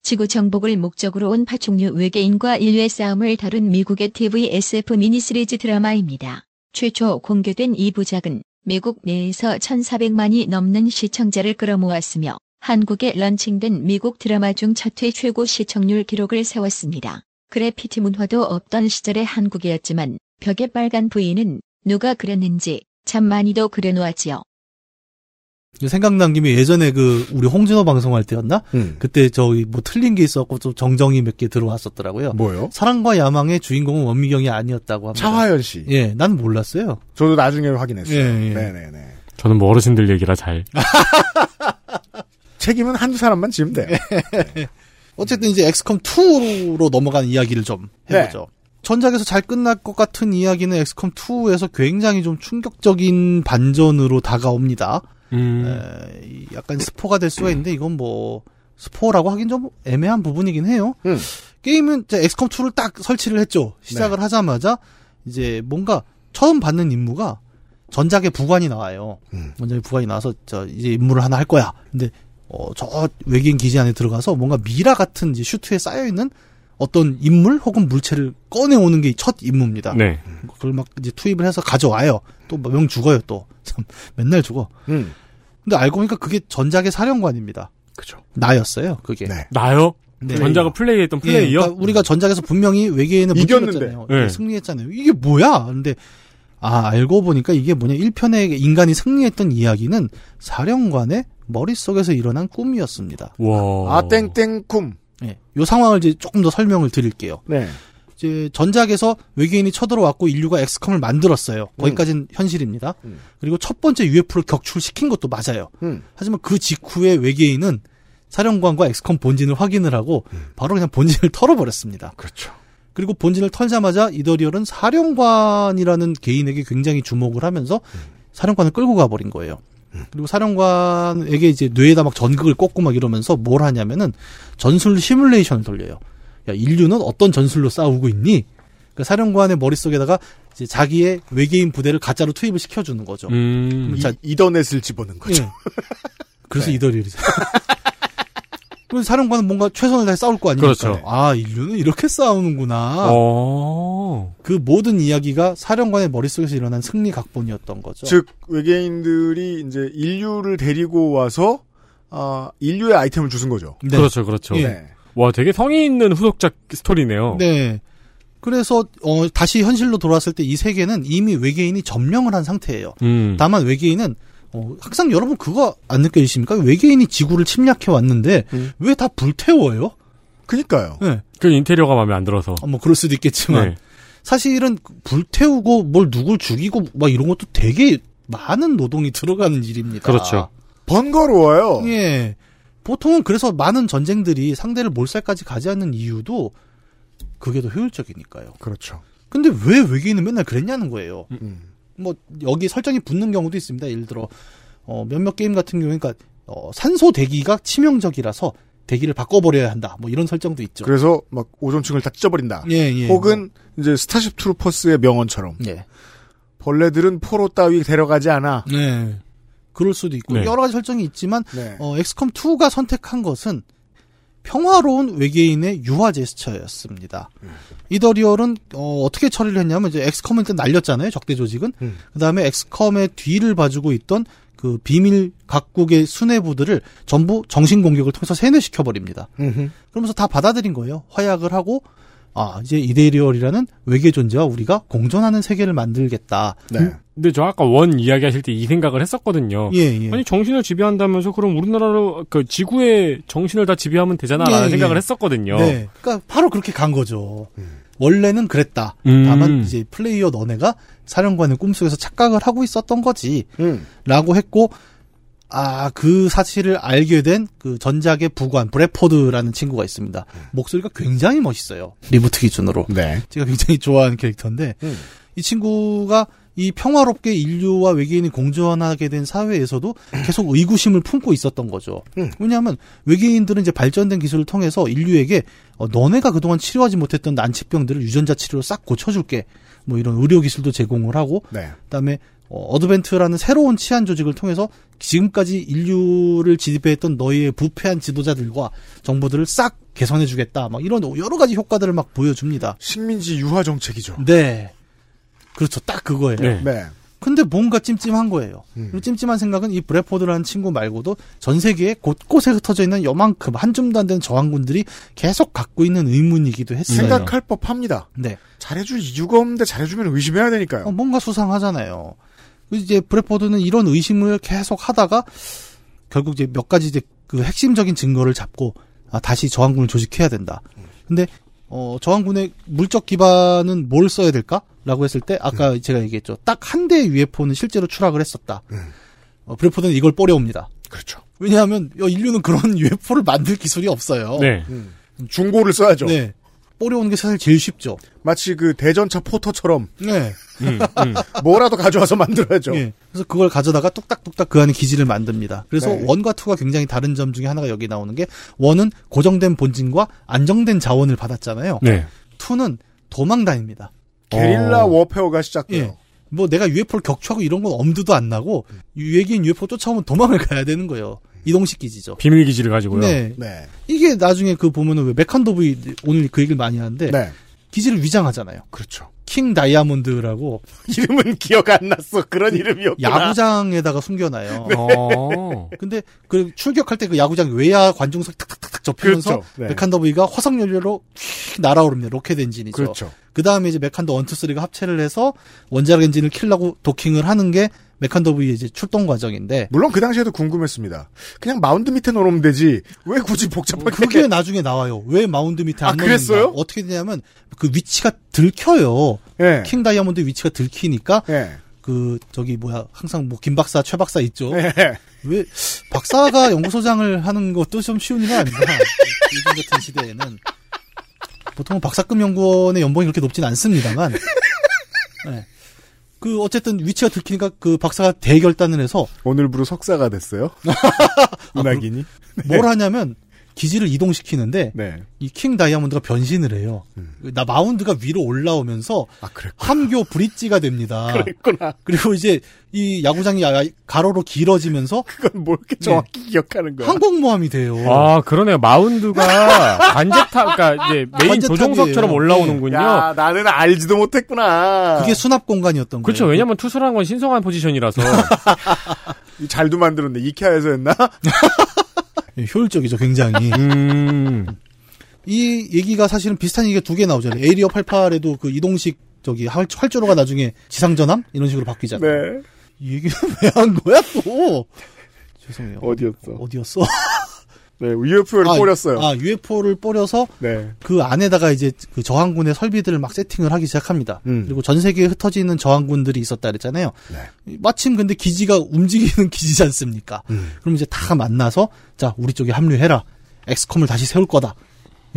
A: 지구 정복을 목적으로 온 파충류 외계인과 인류의 싸움을 다룬 미국의 TV SF 미니시리즈 드라마입니다. 최초 공개된 이 부작은 미국 내에서 1,400만이 넘는 시청자를 끌어모았으며 한국에 런칭된 미국 드라마 중 첫 회 최고 시청률 기록을 세웠습니다. 그래피티 문화도 없던 시절의 한국이었지만 벽에 빨간 부인은 누가 그렸는지 참 많이도 그려놓았지요.
D: 생각난 김에 예전에 그 우리 홍진호 방송할 때였나? 그때 저희 뭐 틀린 게 있었고 좀 정정이 몇 개 들어왔었더라고요.
B: 뭐요?
D: 사랑과 야망의 주인공은 원미경이 아니었다고 합니다.
B: 차화연 씨.
D: 예, 난 몰랐어요.
B: 저도 나중에 확인했어요.
D: 예, 예.
B: 네네네.
C: 저는 뭐 어르신들 얘기라 잘.
D: 아,
B: 책임은 한두 사람만 지면 돼요.
D: 네. 어쨌든 이제 엑스컴 2로 넘어가는 이야기를 좀
B: 네.
D: 해보죠. 전작에서 잘 끝날 것 같은 이야기는 엑스컴 2에서 굉장히 좀 충격적인 반전으로 다가옵니다.
C: 음.
D: 에, 이 약간 스포가 될 수가 있는데 이건 뭐 스포라고 하긴 좀 애매한 부분이긴 해요. 게임은 이제 엑스컴 2를 딱 설치를 했죠. 시작을 하자마자 이제 뭔가 처음 받는 임무가 전작의 부관이 나와요. 전작의 부관이 나와서 저 이제 임무를 하나 할 거야. 근데 어, 저 외계인 기지 안에 들어가서 뭔가 미라 같은 이제 슈트에 쌓여 있는 어떤 인물 혹은 물체를 꺼내 오는 게 첫 임무입니다.
C: 네.
D: 그걸 막 이제 투입을 해서 가져와요. 또뭐 명 죽어요. 또 참 맨날 죽어.
B: 음.
D: 근데 알고 보니까 그게 전작의 사령관입니다.
B: 그죠.
D: 나였어요. 그게.
C: 나요?
D: 네.
C: 전작을 플레이했던 플레이요?
D: 예, 그러니까 우리가 전작에서 분명히 외계인을
C: 이겼는데.
D: 무찌렀잖아요.
C: 예.
D: 예, 승리했잖아요. 이게 뭐야? 근데 아 알고 보니까 이게 뭐냐 1편에 인간이 승리했던 이야기는 사령관의 머릿속에서 일어난 꿈이었습니다.
C: 와.
B: 어.
D: 아 땡땡 꿈. 예. 요 상황을 이제 조금 더 설명을 드릴게요.
B: 네.
D: 이제 전작에서 외계인이 쳐들어왔고 인류가 엑스컴을 만들었어요. 거기까지는 현실입니다.
C: 음.
D: 그리고 첫 번째 UFO를 격출시킨 것도 맞아요. 하지만 그 직후에 외계인은 사령관과 엑스컴 본진을 확인을 하고 바로 그냥 본진을 털어버렸습니다.
B: 음. 그렇죠.
D: 그리고 본진을 털자마자 이더리얼은 사령관이라는 개인에게 굉장히 주목을 하면서
B: 음.
D: 사령관을 끌고 가버린 거예요. 그리고 사령관에게 이제 뇌에다 막 전극을 꽂고 막 이러면서 뭘 하냐면은 전술 시뮬레이션을 돌려요. 야, 인류는 어떤 전술로 싸우고 있니? 그 사령관의 머릿속에다가 이제 자기의 외계인 부대를 가짜로 투입을 시켜주는 거죠.
C: 음.
B: 이더넷을 음. 집어넣은 거죠.
D: 그렇죠.
C: 예. 네.
D: 그래서 이더리얼이죠. 그래서 사령관은 뭔가 최선을 다해 싸울 거 아닙니까?
C: 그렇죠.
D: 아, 인류는 이렇게 싸우는구나.
C: 어.
D: 그 모든 이야기가 사령관의 머릿속에서 일어난 승리 각본이었던 거죠.
B: 즉 외계인들이 이제 인류를 데리고 와서 아, 인류의 아이템을 주신 거죠.
D: 네.
C: 그렇죠, 그렇죠.
B: 예.
C: 와, 되게 성의 있는 후속작 스토리네요.
D: 네. 그래서 어, 다시 현실로 돌아왔을 때 이 세계는 이미 외계인이 점령을 한 상태예요.
C: 음.
D: 다만 외계인은 어, 항상 여러분 그거 안 느껴지십니까? 외계인이 지구를 침략해 왔는데
C: 음.
D: 왜 다 불태워요?
B: 그니까요.
D: 네.
C: 그 인테리어가 마음에 안 들어서.
D: 뭐 그럴 수도 있겠지만
C: 네.
D: 사실은 불태우고 뭘 누굴 죽이고 막 이런 것도 되게 많은 노동이 들어가는 일입니다.
C: 그렇죠.
B: 번거로워요.
D: 예. 보통은 그래서 많은 전쟁들이 상대를 몰살까지 가지 않는 이유도 그게 더 효율적이니까요.
B: 그렇죠.
D: 근데 왜 외계인은 맨날 그랬냐는 거예요.
C: 음.
B: 음.
D: 뭐 여기 설정이 붙는 경우도 있습니다. 예를 들어 어, 몇몇 게임 같은 경우에 그러니까 어, 산소 대기가 치명적이라서 대기를 바꿔버려야 한다. 뭐 이런 설정도 있죠.
B: 그래서 막 오존층을 다 찢어버린다.
D: 예, 예.
B: 그렇죠. 혹은 이제 스타쉽 트루퍼스의 명언처럼
D: 예.
B: 벌레들은 포로 따위 데려가지 않아.
D: 네. 그럴 수도 있고
B: 네.
D: 여러 가지 설정이 있지만 어, 엑스컴 2가 선택한 것은 평화로운 외계인의 유화 제스처였습니다. 이더리얼은 어, 어떻게 처리를 했냐면 이제 엑스컴은 일단 날렸잖아요 적대 조직은 그다음에 엑스컴의 뒤를 봐주고 있던 그 비밀 각국의 수뇌부들을 전부 정신 공격을 통해서 세뇌시켜 버립니다. 그러면서 다 받아들인 거예요. 화약을 하고 아 이제 이데리얼이라는 외계 존재와 우리가 공존하는 세계를 만들겠다.
B: 네.
C: 근데 저 아까 원 이야기하실 때 이 생각을 했었거든요.
D: 예, 예.
C: 아니 정신을 지배한다면서 그럼 우리나라로 그 지구의 정신을 다 지배하면 되잖아라는
D: 예,
C: 생각을
D: 예.
C: 했었거든요.
D: 네. 그러니까 바로 그렇게 간 거죠. 원래는 그랬다.
C: 음.
D: 다만 이제 플레이어 너네가 사령관의 꿈속에서 착각을 하고 있었던 거지.
B: 음.
D: 라고 했고 아, 그 사실을 알게 된 그 전작의 부관 브레포드라는 친구가 있습니다. 목소리가 굉장히 멋있어요. 리부트 기준으로.
B: 네.
D: 제가 굉장히 좋아하는 캐릭터인데 이 친구가 이 평화롭게 인류와 외계인이 공존하게 된 사회에서도 계속 의구심을 품고 있었던 거죠. 왜냐하면 외계인들은 이제 발전된 기술을 통해서 인류에게 어, 너네가 그동안 치료하지 못했던 난치병들을 유전자 치료로 싹 고쳐줄게. 뭐 이런 의료 기술도 제공을 하고
B: 네.
D: 그다음에 어, 드벤트라는 새로운 치안 조직을 통해서 지금까지 인류를 지배했던 너희의 부패한 지도자들과 정보들을 싹 개선해주겠다. 막 이런 여러 가지 효과들을 막 보여줍니다.
B: 식민지 유화 정책이죠.
D: 네, 그렇죠. 딱 그거예요.
B: 네.
D: 근데 뭔가 찜찜한 거예요.
B: 음.
D: 그리고 찜찜한 생각은 이 브레포드라는 친구 말고도 전 세계에 곳곳에 흩어져 있는 요만큼 한 줌도 안 되는 저항군들이 계속 갖고 있는 의문이기도 했어요.
B: 생각할 법합니다.
D: 네.
B: 잘해줄 이유가 없는데 잘해주면 의심해야 되니까요.
D: 어, 뭔가 수상하잖아요. 그래서 이제 브래포드는 이런 의심을 계속 하다가 결국 이제 몇 가지 이제 그 핵심적인 증거를 잡고 아, 다시 저항군을 조직해야 된다. 근데 어, 저항군의 물적 기반은 뭘 써야 될까? 라고 했을 때 아까
B: 음.
D: 제가 얘기했죠. 딱 한 대의 UFO는 실제로 추락을 했었다. 어, 브래포드는 이걸 뽀려옵니다.
B: 그렇죠.
D: 왜냐하면 야, 인류는 그런 UFO를 만들 기술이 없어요. 음.
C: 네.
B: 중고를 써야죠.
D: 네. 뿌려오는 게 사실 제일 쉽죠.
B: 마치 그 대전차 포터처럼.
D: 네. 음, 음.
B: 뭐라도 가져와서 만들어야죠.
D: 예. 그래서 그걸 가져다가 뚝딱뚝딱 그 안에 기지를 만듭니다. 그래서
B: 네.
D: 원과 투가 굉장히 다른 점 중에 하나가 여기 나오는 게 원은 고정된 본진과 안정된 자원을 받았잖아요.
B: 음.
C: 네.
D: 투는 도망 다닙니다.
B: 게릴라 워페어가 시작돼요.
D: 뭐 내가 UFO를 격추하고 이런 건 엄두도 안 나고
B: 음.
D: 유해기인 UFO 쫓아오면 도망을 가야 되는 거예요. 이동식 기지죠.
C: 비밀 기지를 가지고요.
D: 네.
B: 네.
D: 이게 나중에 그 보면은 왜 메칸도브이 오늘 그 얘기를 많이 하는데
B: 네.
D: 기지를 위장하잖아요.
B: 그렇죠.
D: 킹 다이아몬드라고
B: 이름은 기억 안 났어. 그런 이름이었구나.
D: 예. 야구장에다가 숨겨놔요.
B: 네.
C: 어.
D: 근데 그 출격할 때 그 야구장 외야 관중석 탁탁탁탁 접히면서
B: 그렇죠. 네.
D: 메칸더브이가 화석 연료로 휙 날아오릅니다. 로켓 엔진이죠.
B: 그렇죠.
D: 다음에 이제 메칸더 원투 쓰리가 합체를 해서 원자력 엔진을 킬라고 도킹을 하는 게 메칸더브이의 이제 출동 과정인데
B: 물론 그 당시에도 궁금했습니다. 그냥 마운드 밑에 넣어놓으면 되지. 왜 굳이 복잡하게.
D: 어, 그게 나중에 나와요. 왜 마운드 밑에
B: 아,
D: 안 넣는가?
B: 그랬어요?
D: 어떻게 되냐면 그 위치가 들켜요.
B: 예. 네.
D: 킹 다이아몬드 위치가 들키니까 그 저기 뭐야 항상 뭐 김 박사, 최 박사 있죠.
B: 네. 예.
D: 왜 박사가 연구소장을 하는 것도 좀 쉬운 일 아닌가? 요즘 같은 시대에는 보통은 박사급 연구원의 연봉이 그렇게 높진 않습니다만. 네. 그 어쨌든 위치가 들키니까 그 박사가 대결단을 해서
B: 오늘부로 석사가 됐어요.
D: 아,
B: 문학인이.
D: 뭘 하냐면 기지를 이동시키는데
B: 네.
D: 이 킹 다이아몬드가 변신을 해요.
B: 음.
D: 그 나 마운드가 위로 올라오면서 함교 브릿지가 됩니다.
B: 아. 그랬구나.
D: 그리고 이제 이 야구장이 야- 가로로 길어지면서
B: 그건 뭘 이렇게 정확히
D: 예.
B: 기억하는 거야.
D: 항공모함이 돼요.
C: 아, 그러네요. 마운드가 관제탑, 그러니까 이제 메인
D: 관제탑이에요.
C: 조종석처럼 올라오는군요.
D: 야,
B: 나는 알지도 못했구나.
D: 그게 수납 공간이었던 거예요.
C: 그렇죠. 왜냐면 투수라는 건 신성한 포지션이라서.
B: 잘도 만들었네. 이케아에서 했나?
D: 예, 효율적이죠, 굉장히.
C: 음,
D: 이 얘기가 사실은 비슷한 얘기가 두 개 나오잖아요. 에이리어 88에도 그 이동식 저기 활- 활주로가 나중에 지상전함 이런 식으로 바뀌잖아요.
B: 네.
D: 이 얘기는 왜 한 거야 또? 죄송해요.
B: 어디였어?
D: 어디였어?
B: 네, UFO를
D: 아,
B: 뿌렸어요.
D: 아, UFO를 뿌려서
B: 네.
D: 그 안에다가 이제 그 저항군의 설비들을 막 세팅을 하기 시작합니다.
B: 음.
D: 그리고 전 세계에 흩어지는 저항군들이 있었다 그랬잖아요.
B: 네.
D: 마침 근데 기지가 움직이는 기지지 않습니까?
B: 음.
D: 그럼 이제 다 만나서 자 우리 쪽에 합류해라. 엑스컴을 다시 세울 거다.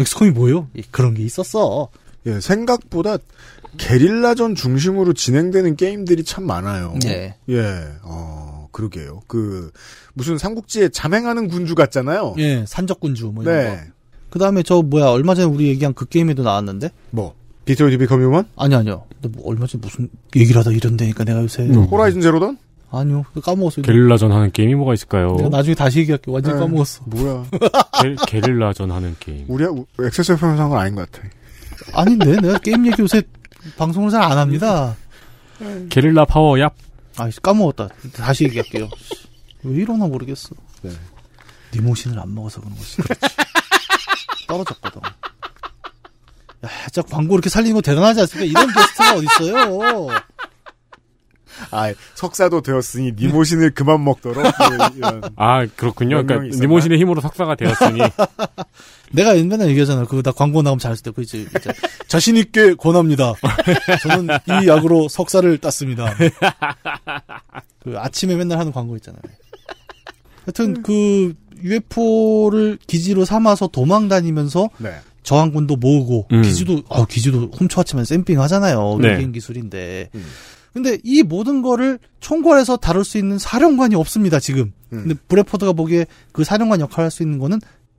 D: 엑스컴이 뭐예요? 예, 그런 게 있었어.
B: 예, 생각보다 게릴라전 중심으로 진행되는 게임들이 참 많아요.
D: 네.
B: 예, 어, 그러게요. 그, 무슨 삼국지에 자맹하는 군주 같잖아요.
D: 예, 산적군주 뭐 이런
B: 어. 네.
D: 거. 그 다음에 저 뭐야 얼마 전에 우리 얘기한 그 게임에도 나왔는데
B: 뭐 비트오디 비컴 휴먼?
D: 아니 아니요. 근데 뭐 얼마 전에 무슨 얘기를 하다 이런데니까 내가 요새
C: 음.
B: 호라이즌 제로던?
D: 아니요 그거 까먹었어요.
C: 게릴라전 하는 게임이 뭐가 있을까요?
D: 내가 나중에 다시 얘기할게 완전 히
B: 네.
D: 까먹었어.
B: 뭐야?
C: 게- 게릴라전 하는 게임.
B: 우리 액세스 f m 상은 아닌 것 같아.
D: 아닌데 내가 게임 얘기 요새 방송을 잘 안 합니다.
C: 게릴라 파워 야
D: 아 까먹었다. 다시 얘기할게요. 왜 이러나 모르겠어.
B: 네.
D: 니모신을 안 먹어서 그런 거지. 떨어졌거든. 야, 진짜 광고 이렇게 살리는 거 대단하지 않습니까? 이런 게스트가 어딨어요.
B: 아, 석사도 되었으니 네 니모신을 그만 먹도록. 뭐 이런.
C: 아, 그렇군요.
B: 명령이
C: 그러니까
B: 있었나?
C: 니모신의 힘으로 석사가 되었으니.
D: 내가 옛날에 얘기하잖아. 그거 나 광고 나오면 잘했을 때. 그 이제, 이제 자신있게 권합니다. 저는 이 약으로 석사를 땄습니다. 그 아침에 맨날 하는 광고 있잖아요. 하여튼 그 UFO를 기지로 삼아서 도망 다니면서
B: 네.
D: 저항군도 모으고
B: 음.
D: 기지도 어, 기지도 훔쳐왔지만 샘핑 하잖아요.
B: 네. 음.
D: 외계인 기술인데. 근데 이 모든 거를 총괄해서 다룰 수 있는 사령관이 없습니다, 지금.
B: 음.
D: 근데 브레포드가 보기에 그 사령관 역할을 할 수 있는 거는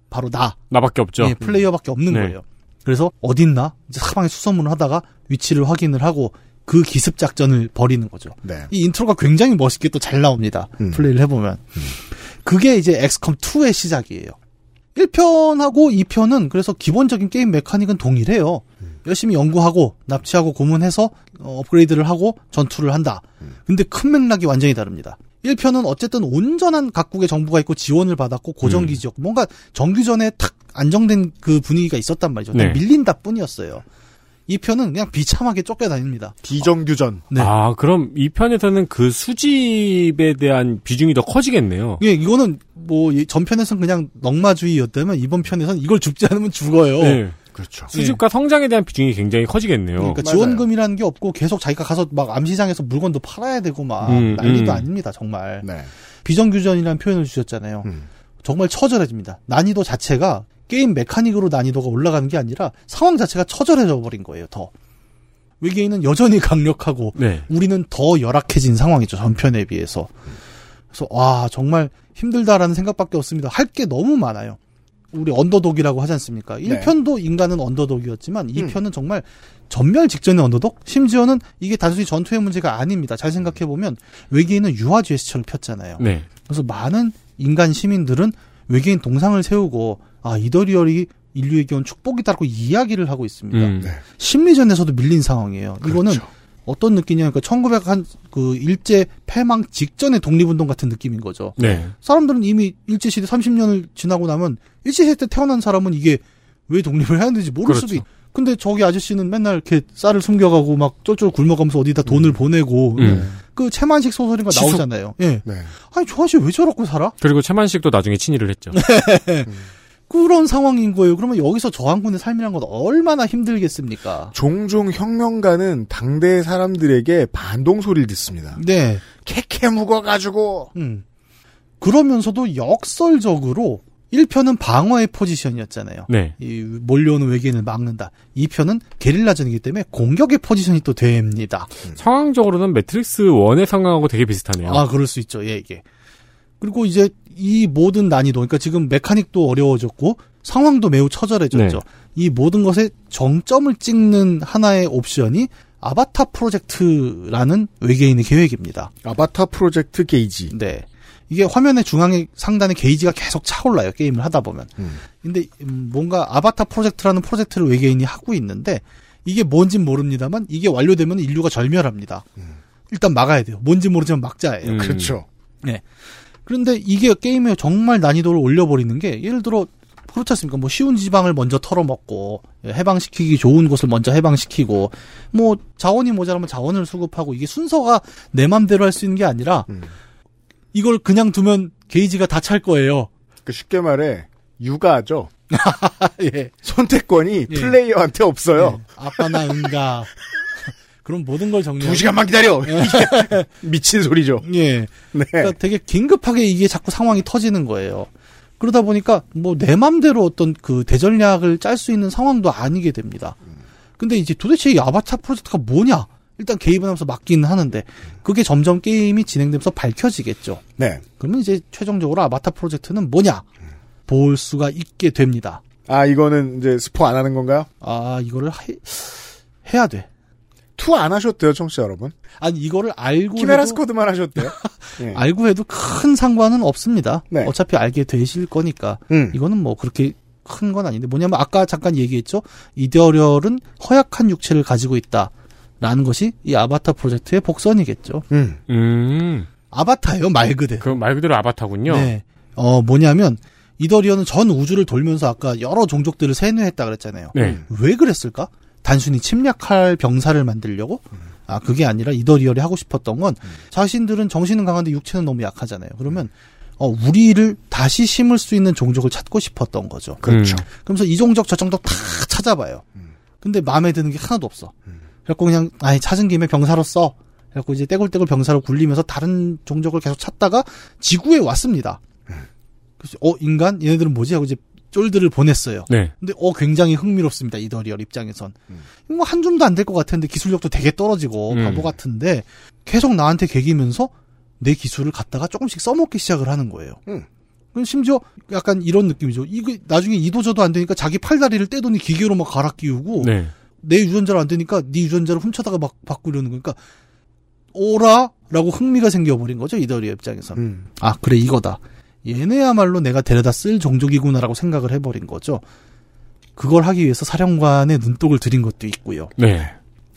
D: 바로 나.
C: 나밖에 없죠.
D: 예, 플레이어밖에 없는
C: 네.
D: 거예요. 그래서 어딨나? 이제 사방에 수소문을 하다가 위치를 확인을 하고 그 기습 작전을 벌이는 거죠.
B: 네.
D: 이 인트로가 굉장히 멋있게 또 잘 나옵니다.
B: 음.
D: 플레이를 해보면. 그게 이제 엑스컴 2의 시작이에요. 1편하고 2편은 그래서 기본적인 게임 메카닉은 동일해요.
B: 음.
D: 열심히 연구하고 납치하고 고문해서 어, 업그레이드를 하고 전투를 한다.
B: 음.
D: 근데 큰 맥락이 완전히 다릅니다. 1편은 어쨌든 온전한 각국의 정부가 있고 지원을 받았고
B: 음.
D: 고정기지였고 뭔가 정규전에 탁 안정된 그 분위기가 있었단 말이죠.
C: 네.
D: 밀린다 뿐이었어요. 2편은 그냥 비참하게 쫓겨다닙니다.
B: 비정규전.
C: 아, 그럼 이 편에서는 그 수집에 대한 비중이 더 커지겠네요.
D: 예, 이거는 뭐 예, 전편에서는 그냥 넉마주의였다면 이번 편에서는 이걸 줍지 않으면 죽어요.
C: 네.
B: 그렇죠.
C: 수집과 성장에 대한 비중이 굉장히 커지겠네요.
D: 그러니까 지원금이라는 게 없고 계속 자기가 가서 막 암시장에서 물건도 팔아야 되고 막
C: 음,
D: 난리도
C: 음.
D: 아닙니다 정말
B: 네.
D: 비정규전이라는 표현을 주셨잖아요 정말 처절해집니다 난이도 자체가 게임 메카닉으로 난이도가 올라가는 게 아니라 상황 자체가 처절해져 버린 거예요, 더. 외계인은 여전히 강력하고
C: 네.
D: 우리는 더 열악해진 상황이죠, 전편에 비해서. 그래서 와, 정말 힘들다라는 생각밖에 없습니다. 할 게 너무 많아요. 우리 언더독이라고 하지 않습니까?
O: 네.
D: 1편도 인간은 언더독이었지만
C: 음.
D: 2편은 정말 전멸 직전의 언더독? 심지어는 이게 단순히 전투의 문제가 아닙니다. 잘 생각해보면 외계인은 유화 제스처를 폈잖아요.
C: 네.
D: 그래서 많은 인간 시민들은 외계인 동상을 세우고 아 이더리얼이 인류에게 온 축복이다라고 이야기를 하고 있습니다.
C: 음. 네.
D: 심리전에서도 밀린 상황이에요. 이거는
C: 그렇죠.
D: 어떤 느낌이냐면 그 1900한그 일제 패망 직전의 독립운동 같은 느낌인 거죠.
C: 네.
D: 사람들은 이미 일제 시대 30년을 지나고 나면 일제 시대 때 태어난 사람은 이게 왜 독립을 해야 하는지 모를
C: 그렇죠.
D: 수도 있. 근데 저기 아저씨는 맨날 이렇게 쌀을 숨겨가고 막 쫄쫄 굶어가면서 어디다 돈을 보내고
C: 음.
D: 그 채만식 소설인가
C: 지속-
D: 나오잖아요. 예.
B: 네.
D: 아니 저 아저씨 왜 저렇게 살아?
C: 그리고 최만식도 나중에 친일을 했죠.
D: 그런 상황인 거예요. 그러면 여기서 저항군의 삶이란 건 얼마나 힘들겠습니까?
B: 종종 혁명가는 당대 사람들에게 반동 소리를 듣습니다.
D: 네.
B: 캐캐 묵어가지고.
D: 음. 그러면서도 역설적으로 1편은 방어의 포지션이었잖아요.
C: 네.
D: 이 몰려오는 외계인을 막는다. 2편은 게릴라전이기 때문에 공격의 포지션이 또 됩니다.
C: 음. 상황적으로는 매트릭스 1의 상황하고 되게 비슷하네요.
D: 아, 그럴 수 있죠. 예, 이게. 그리고 이제 이 모든 난이도, 그러니까 지금 메카닉도 어려워졌고 상황도 매우 처절해졌죠.
C: 네.
D: 이 모든 것에 정점을 찍는 하나의 옵션이 아바타 프로젝트라는 외계인의 계획입니다.
B: 아바타 프로젝트 게이지.
D: 네. 이게 화면의 중앙에 상단에 게이지가 계속 차올라요. 게임을 하다 보면. 근데 음, 뭔가 아바타 프로젝트라는 프로젝트를 외계인이 하고 있는데 이게 뭔진 모릅니다만 이게 완료되면 인류가 절멸합니다. 일단 막아야 돼요. 뭔지 모르지만 막자 해요.
B: 음. 그렇죠.
D: 네. 그런데 이게 게임에 정말 난이도를 올려버리는 게 예를 들어 그렇지 않습니까? 뭐 쉬운 지방을 먼저 털어먹고 예, 해방시키기 좋은 곳을 먼저 해방시키고 뭐 자원이 모자라면 자원을 수급하고 이게 순서가 내 맘대로 할 수 있는 게 아니라 이걸 그냥 두면 게이지가 다 찰 거예요.
B: 그 쉽게 말해 육아죠.
D: 예.
B: 선택권이
D: 예.
B: 플레이어한테 없어요.
D: 아빠나 응가. 그럼 모든 걸 정리.
B: 예. 두 시간만 기다려. 이게 미친 소리죠.
D: 예. 그러니까 되게 긴급하게 이게 자꾸 상황이 터지는 거예요. 그러다 보니까 뭐 내 맘대로 어떤 그 대전략을 짤 수 있는 상황도 아니게 됩니다. 근데 이제 도대체 이 아바타 프로젝트가 뭐냐? 일단 개입은 하면서 막기는 하는데 그게 점점 게임이 진행되면서 밝혀지겠죠.
B: 네.
D: 그러면 이제 최종적으로 아바타 프로젝트는 뭐냐? 볼 수가 있게 됩니다.
B: 아 이거는 이제 스포 안 하는 건가요?
D: 아 이거를 해, 해야 돼.
B: 투 안 하셨대요, 청취자 여러분.
D: 아니 이거를 알고
B: 키메라
D: 해도-
B: 스쿼드만 하셨대요. 예.
D: 네. 알고 해도 큰 상관은 없습니다.
C: 네.
D: 어차피 알게 되실 거니까
C: 음.
D: 이거는 뭐 그렇게 큰 건 아닌데 뭐냐면 아까 잠깐 얘기했죠. 이데어리얼은 허약한 육체를 가지고 있다라는 것이 이 아바타 프로젝트의 복선이겠죠.
C: 음.
D: 아바타예요 말 그대로.
C: 그럼 말 그대로 아바타군요.
D: 네. 어 뭐냐면 이더리언은 전 우주를 돌면서 아까 여러 종족들을 세뇌했다 그랬잖아요.
C: 네.
D: 왜 그랬을까? 단순히 침략할 병사를 만들려고? 아 그게 아니라 이더리얼이 하고 싶었던 건 자신들은 정신은 강한데 육체는 너무 약하잖아요. 그러면 어 우리를 다시 심을 수 있는 종족을 찾고 싶었던 거죠.
B: 그렇죠. 음.
D: 그러면서 이 종족 저 종족 다 찾아봐요. 근데 마음에 드는 게 하나도 없어. 그래갖고 그냥 아예 찾은 김에 병사로 써. 그래갖고 이제 떼굴떼굴 병사로 굴리면서 다른 종족을 계속 찾다가 지구에 왔습니다. 그래서 어 인간 얘네들은 뭐지 하고 이제 쫄들을 보냈어요.
C: 네.
D: 근데 어 굉장히 흥미롭습니다 이더리얼 입장에선 뭐 한 줌도 안 될 것 같은데 기술력도 되게 떨어지고
C: 음.
D: 바보 같은데 계속 나한테 개기면서 내 기술을 갖다가 조금씩 써먹기 시작을 하는 거예요.
C: 음.
D: 그럼 심지어 약간 이런 느낌이죠. 이거 나중에 이도저도 안 되니까 자기 팔다리를 떼더니 기계로 막 갈아 끼우고
C: 네.
D: 내 유전자를 안 되니까 네 유전자를 훔쳐다가 막 바꾸려는 거니까 오라라고 흥미가 생겨버린 거죠 이더리얼 입장에서. 아 그래 이거다. 얘네야말로 내가 데려다 쓸 종족이구나라고 생각을 해버린 거죠. 그걸 하기 위해서 사령관의 눈독을 들인 것도 있고요.
C: 네.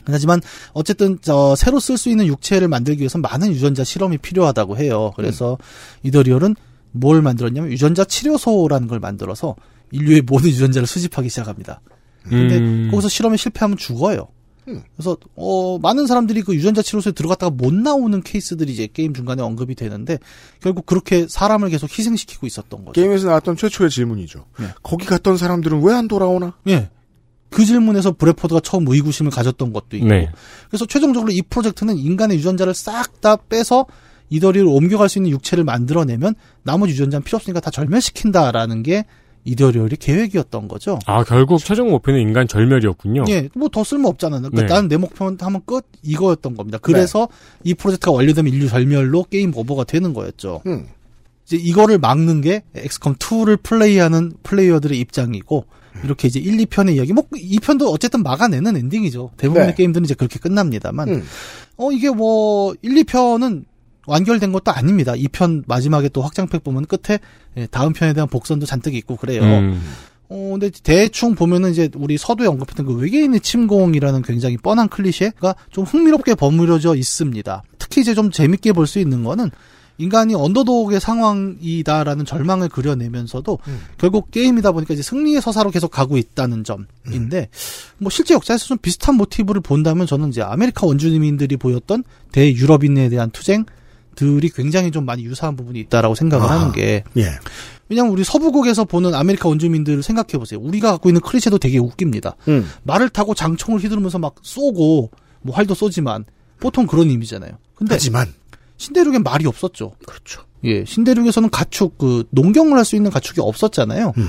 D: 하지만 어쨌든 저 새로 쓸 수 있는 육체를 만들기 위해서 많은 유전자 실험이 필요하다고 해요. 그래서 이더리얼은 뭘 만들었냐면 유전자 치료소라는 걸 만들어서 인류의 모든 유전자를 수집하기 시작합니다. 근데
O: 음.
D: 거기서 실험에 실패하면 죽어요. 그래서 어 많은 사람들이 그 유전자 치료소에 들어갔다가 못 나오는 케이스들이 이제 게임 중간에 언급이 되는데 결국 그렇게 사람을 계속 희생시키고 있었던 거죠.
B: 게임에서 나왔던 최초의 질문이죠. 거기 갔던 사람들은 왜 안 돌아오나?
D: 예. 그 질문에서 브레포드가 처음 의구심을 가졌던 것도 있고
C: 네.
D: 그래서 최종적으로 이 프로젝트는 인간의 유전자를 싹 다 빼서 이더리를 옮겨갈 수 있는 육체를 만들어내면 나머지 유전자는 필요 없으니까 다 절멸시킨다라는 게 이데올리얼이 계획이었던 거죠.
C: 아, 결국 최종 목표는 인간 절멸이었군요.
D: 예, 뭐 더 쓸모 없잖아. 그러니까
C: 어. 네.
D: 나는 내 목표는 하면 끝 이거였던 겁니다. 그래서 이 프로젝트가 완료되면 인류 절멸로 게임 오버가 되는 거였죠. 이제 이거를 막는 게 엑스컴 2를 플레이하는 플레이어들의 입장이고 이렇게 이제 1, 2편의 이야기 뭐 2편도 어쨌든 막아내는 엔딩이죠. 대부분의
O: 네.
D: 게임들은 이제 그렇게
B: 음.
D: 끝납니다만 어 이게 뭐 1, 2편은 완결된 것도 아닙니다. 2편 마지막에 또 확장팩 보면 끝에 예, 다음 편에 대한 복선도 잔뜩 있고
C: 음.
D: 그래요. 어, 근데 대충 보면은 이제 우리 서두에 언급했던 그 외계인의 침공이라는 굉장히 뻔한 클리셰가 좀 흥미롭게 버무려져 있습니다. 특히 이제 좀 재밌게 볼 수 있는 거는 인간이 언더독의 상황이다라는 절망을 그려내면서도 결국 게임이다 보니까 이제 승리의 서사로 계속 가고 있다는 점인데 뭐 실제 역사에서 좀 비슷한 모티브를 본다면 저는 이제 아메리카 원주민들이 보였던 대유럽인에 대한 투쟁들이 굉장히 좀 많이 유사한 부분이 있다라고 생각을
B: 아,
D: 하는 게
B: 예.
D: 왜냐면 우리 서부국에서 보는 아메리카 원주민들을 생각해 보세요. 우리가 갖고 있는 클리셰도 되게 웃깁니다.
B: 음.
D: 말을 타고 장총을 휘두르면서 막 쏘고 뭐 활도 쏘지만 보통 그런 이미잖아요. 근데
B: 하지만
D: 신대륙엔 말이 없었죠. 그렇죠. 예, 신대륙에서는 가축 그 농경을 할 수 있는 가축이 없었잖아요.
B: 음.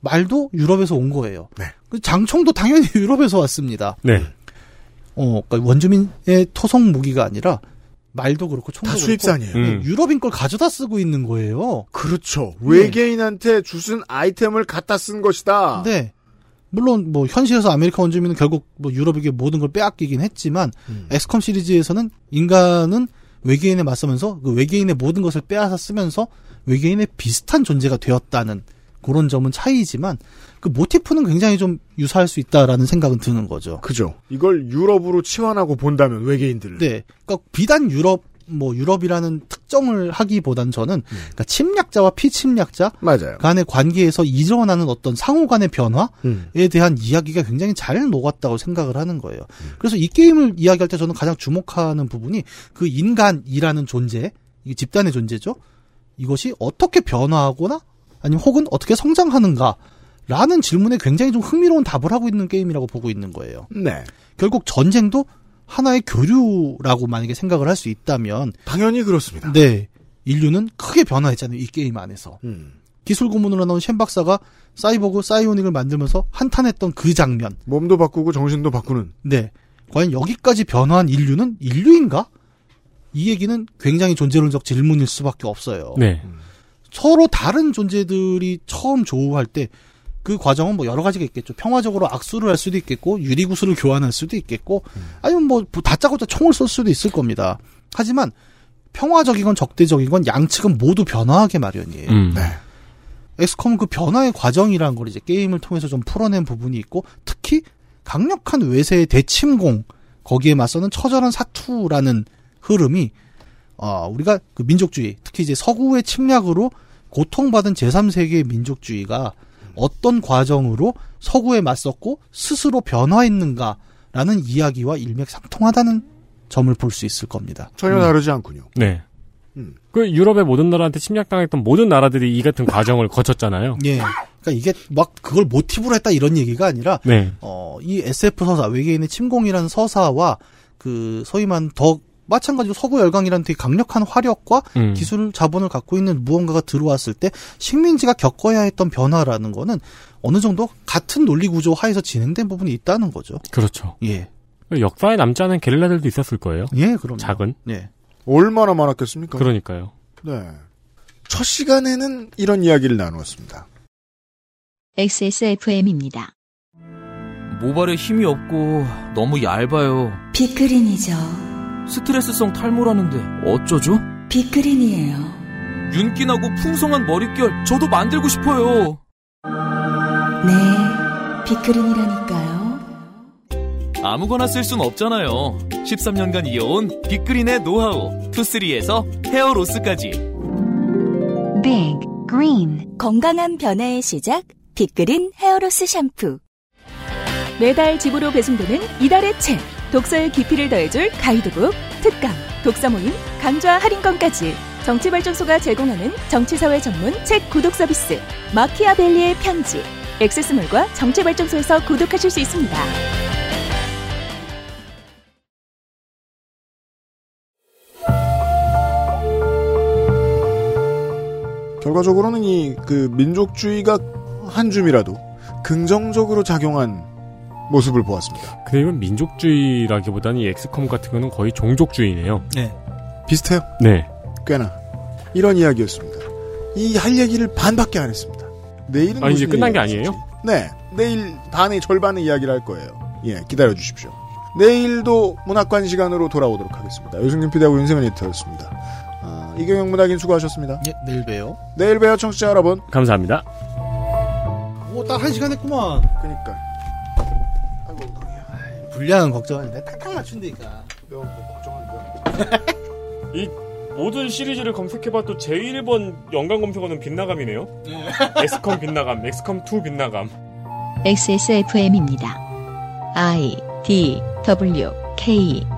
D: 말도 유럽에서 온 거예요.
B: 네.
D: 그 장총도 당연히 유럽에서 왔습니다.
C: 네.
D: 어, 그러니까 원주민의 토성 무기가 아니라 말도 그렇고 총도
B: 다
D: 그렇고
B: 수입산이에요.
D: 예,
B: 음.
D: 유럽인 걸 가져다 쓰고 있는 거예요.
B: 그렇죠. 외계인한테 주순 아이템을 갖다 쓴 것이다.
D: 네. 물론 뭐 현실에서 아메리카 원주민은 결국 뭐 유럽에게 모든 걸 빼앗기긴 했지만 엑스컴 시리즈에서는 인간은 외계인에 맞서면서 그 외계인의 모든 것을 빼앗아 쓰면서 외계인의 비슷한 존재가 되었다는 그런 점은 차이지만 그 모티프는 굉장히 좀 유사할 수 있다라는 생각은 드는 거죠.
B: 그죠. 이걸 유럽으로 치환하고 본다면 외계인들을.
D: 네. 그러니까 비단 유럽 뭐 유럽이라는 특정을 하기보단 저는 그러니까 침략자와 피침략자 간의 관계에서 이전하는 어떤 상호간의 변화에 대한 이야기가 굉장히 잘 녹았다고 생각을 하는 거예요. 그래서 이 게임을 이야기할 때 저는 가장 주목하는 부분이 그 인간이라는 존재, 이 집단의 존재죠. 이것이 어떻게 변화하거나 아니면 혹은 어떻게 성장하는가 라는 질문에 굉장히 좀 흥미로운 답을 하고 있는 게임이라고 보고 있는 거예요.
B: 네.
D: 결국 전쟁도 하나의 교류라고 만약에 생각을 할 수 있다면
B: 당연히 그렇습니다.
D: 네. 인류는 크게 변화했잖아요. 이 게임 안에서.
B: 음.
D: 기술 고문으로 나온 쉔 박사가 사이버그 사이오닉을 만들면서 한탄했던 그 장면.
B: 몸도 바꾸고 정신도 바꾸는.
D: 네. 과연 여기까지 변화한 인류는 인류인가? 이 얘기는 굉장히 존재론적 질문일 수밖에 없어요.
C: 네.
D: 서로 다른 존재들이 처음 조우할 때 그 과정은 뭐 여러 가지가 있겠죠. 평화적으로 악수를 할 수도 있겠고 유리구슬을 교환할 수도 있겠고 아니면 뭐 다짜고짜 총을 쏠 수도 있을 겁니다. 하지만 평화적이건 적대적이건 양측은 모두 변화하게 마련이에요.
C: 음.
D: 엑스컴은 그 변화의 과정이라는 걸 이제 게임을 통해서 좀 풀어낸 부분이 있고 특히 강력한 외세의 대침공 거기에 맞서는 처절한 사투라는 흐름이 아, 우리가 그 민족주의, 특히 이제 서구의 침략으로 고통받은 제3세계의 민족주의가 어떤 과정으로 서구에 맞섰고 스스로 변화했는가라는 이야기와 일맥상통하다는 점을 볼 수 있을 겁니다.
B: 전혀 다르지 않군요.
C: 네.
D: 음.
C: 그 유럽의 모든 나라한테 침략당했던 모든 나라들이 이 같은 과정을 거쳤잖아요.
D: 예. 그러니까 이게 막 그걸 모티브로 했다 이런 얘기가 아니라
C: 네.
D: 어, 이 SF 서사, 외계인의 침공이라는 서사와 그 소위 말하는 더 마찬가지로 서구 열강이라는 되게 강력한 화력과
C: 음.
D: 기술 자본을 갖고 있는 무언가가 들어왔을 때 식민지가 겪어야 했던 변화라는 거는 어느 정도 같은 논리 구조 하에서 진행된 부분이 있다는 거죠.
C: 그렇죠.
D: 예.
C: 역사에 남지 않은 게릴라들도 있었을 거예요.
D: 예, 그럼.
C: 작은.
D: 예.
B: 얼마나 많았겠습니까?
C: 그러니까요.
B: 네. 첫 시간에는 이런 이야기를 나누었습니다.
A: XSFM입니다.
L: 모발에 힘이 없고 너무 얇아요.
P: 비크린이죠.
L: 스트레스성 탈모라는데 어쩌죠?
P: 비크린이에요.
L: 윤기나고 풍성한 머릿결 저도 만들고 싶어요.
P: 네, 비크린이라니까요.
L: 아무거나 쓸 순 없잖아요. 13년간 이어온 빅그린의 노하우 투쓰리에서 헤어로스까지
M: Big Green
G: 건강한 변화의 시작 빅그린 헤어로스 샴푸 매달 집으로 배송되는 이달의 책 독서의 깊이를 더해줄 가이드북 특강 독서 모임 강좌 할인권까지 정치발전소가 제공하는 정치사회 전문 책 구독 서비스 마키아벨리의 편지 액세스몰과 정치발전소에서 구독하실 수 있습니다.
B: 결과적으로는 이 그 민족주의가 한 줌이라도 긍정적으로 작용한 모습을 보았습니다.
C: 근데 이건 민족주의라기보다는 이 엑스컴 같은 거는 거의 종족주의네요.
D: 네.
B: 비슷해요.
C: 네.
B: 꽤나 이런 이야기였습니다. 이 할 얘기를 반밖에 안 했습니다. 내일은
C: 아, 이제
B: 무슨
C: 끝난 게
B: 이야기가
C: 아니에요?
B: 있을지. 네, 내일 반의 절반의 이야기를 할 거예요. 예, 기다려 주십시오. 내일도 문학관 시간으로 돌아오도록 하겠습니다. 유승균 PD하고 윤세민 에디터였습니다. 아, 이경영 문학인 수고하셨습니다.
D: 예, 내일 봬요.
B: 내일 봬요, 청취자 여러분.
C: 감사합니다.
D: 오, 딱 한 시간 했구만.
B: 그니까.
D: 불량은 걱정하는데 딱딱 맞춘다니까.
C: 이 모든 시리즈를 검색해봐도 제1번 연관 검색어는 빛나감이네요. 엑스컴 빛나감, 엑스컴 2 빛나감.
A: XSFM입니다. I D W K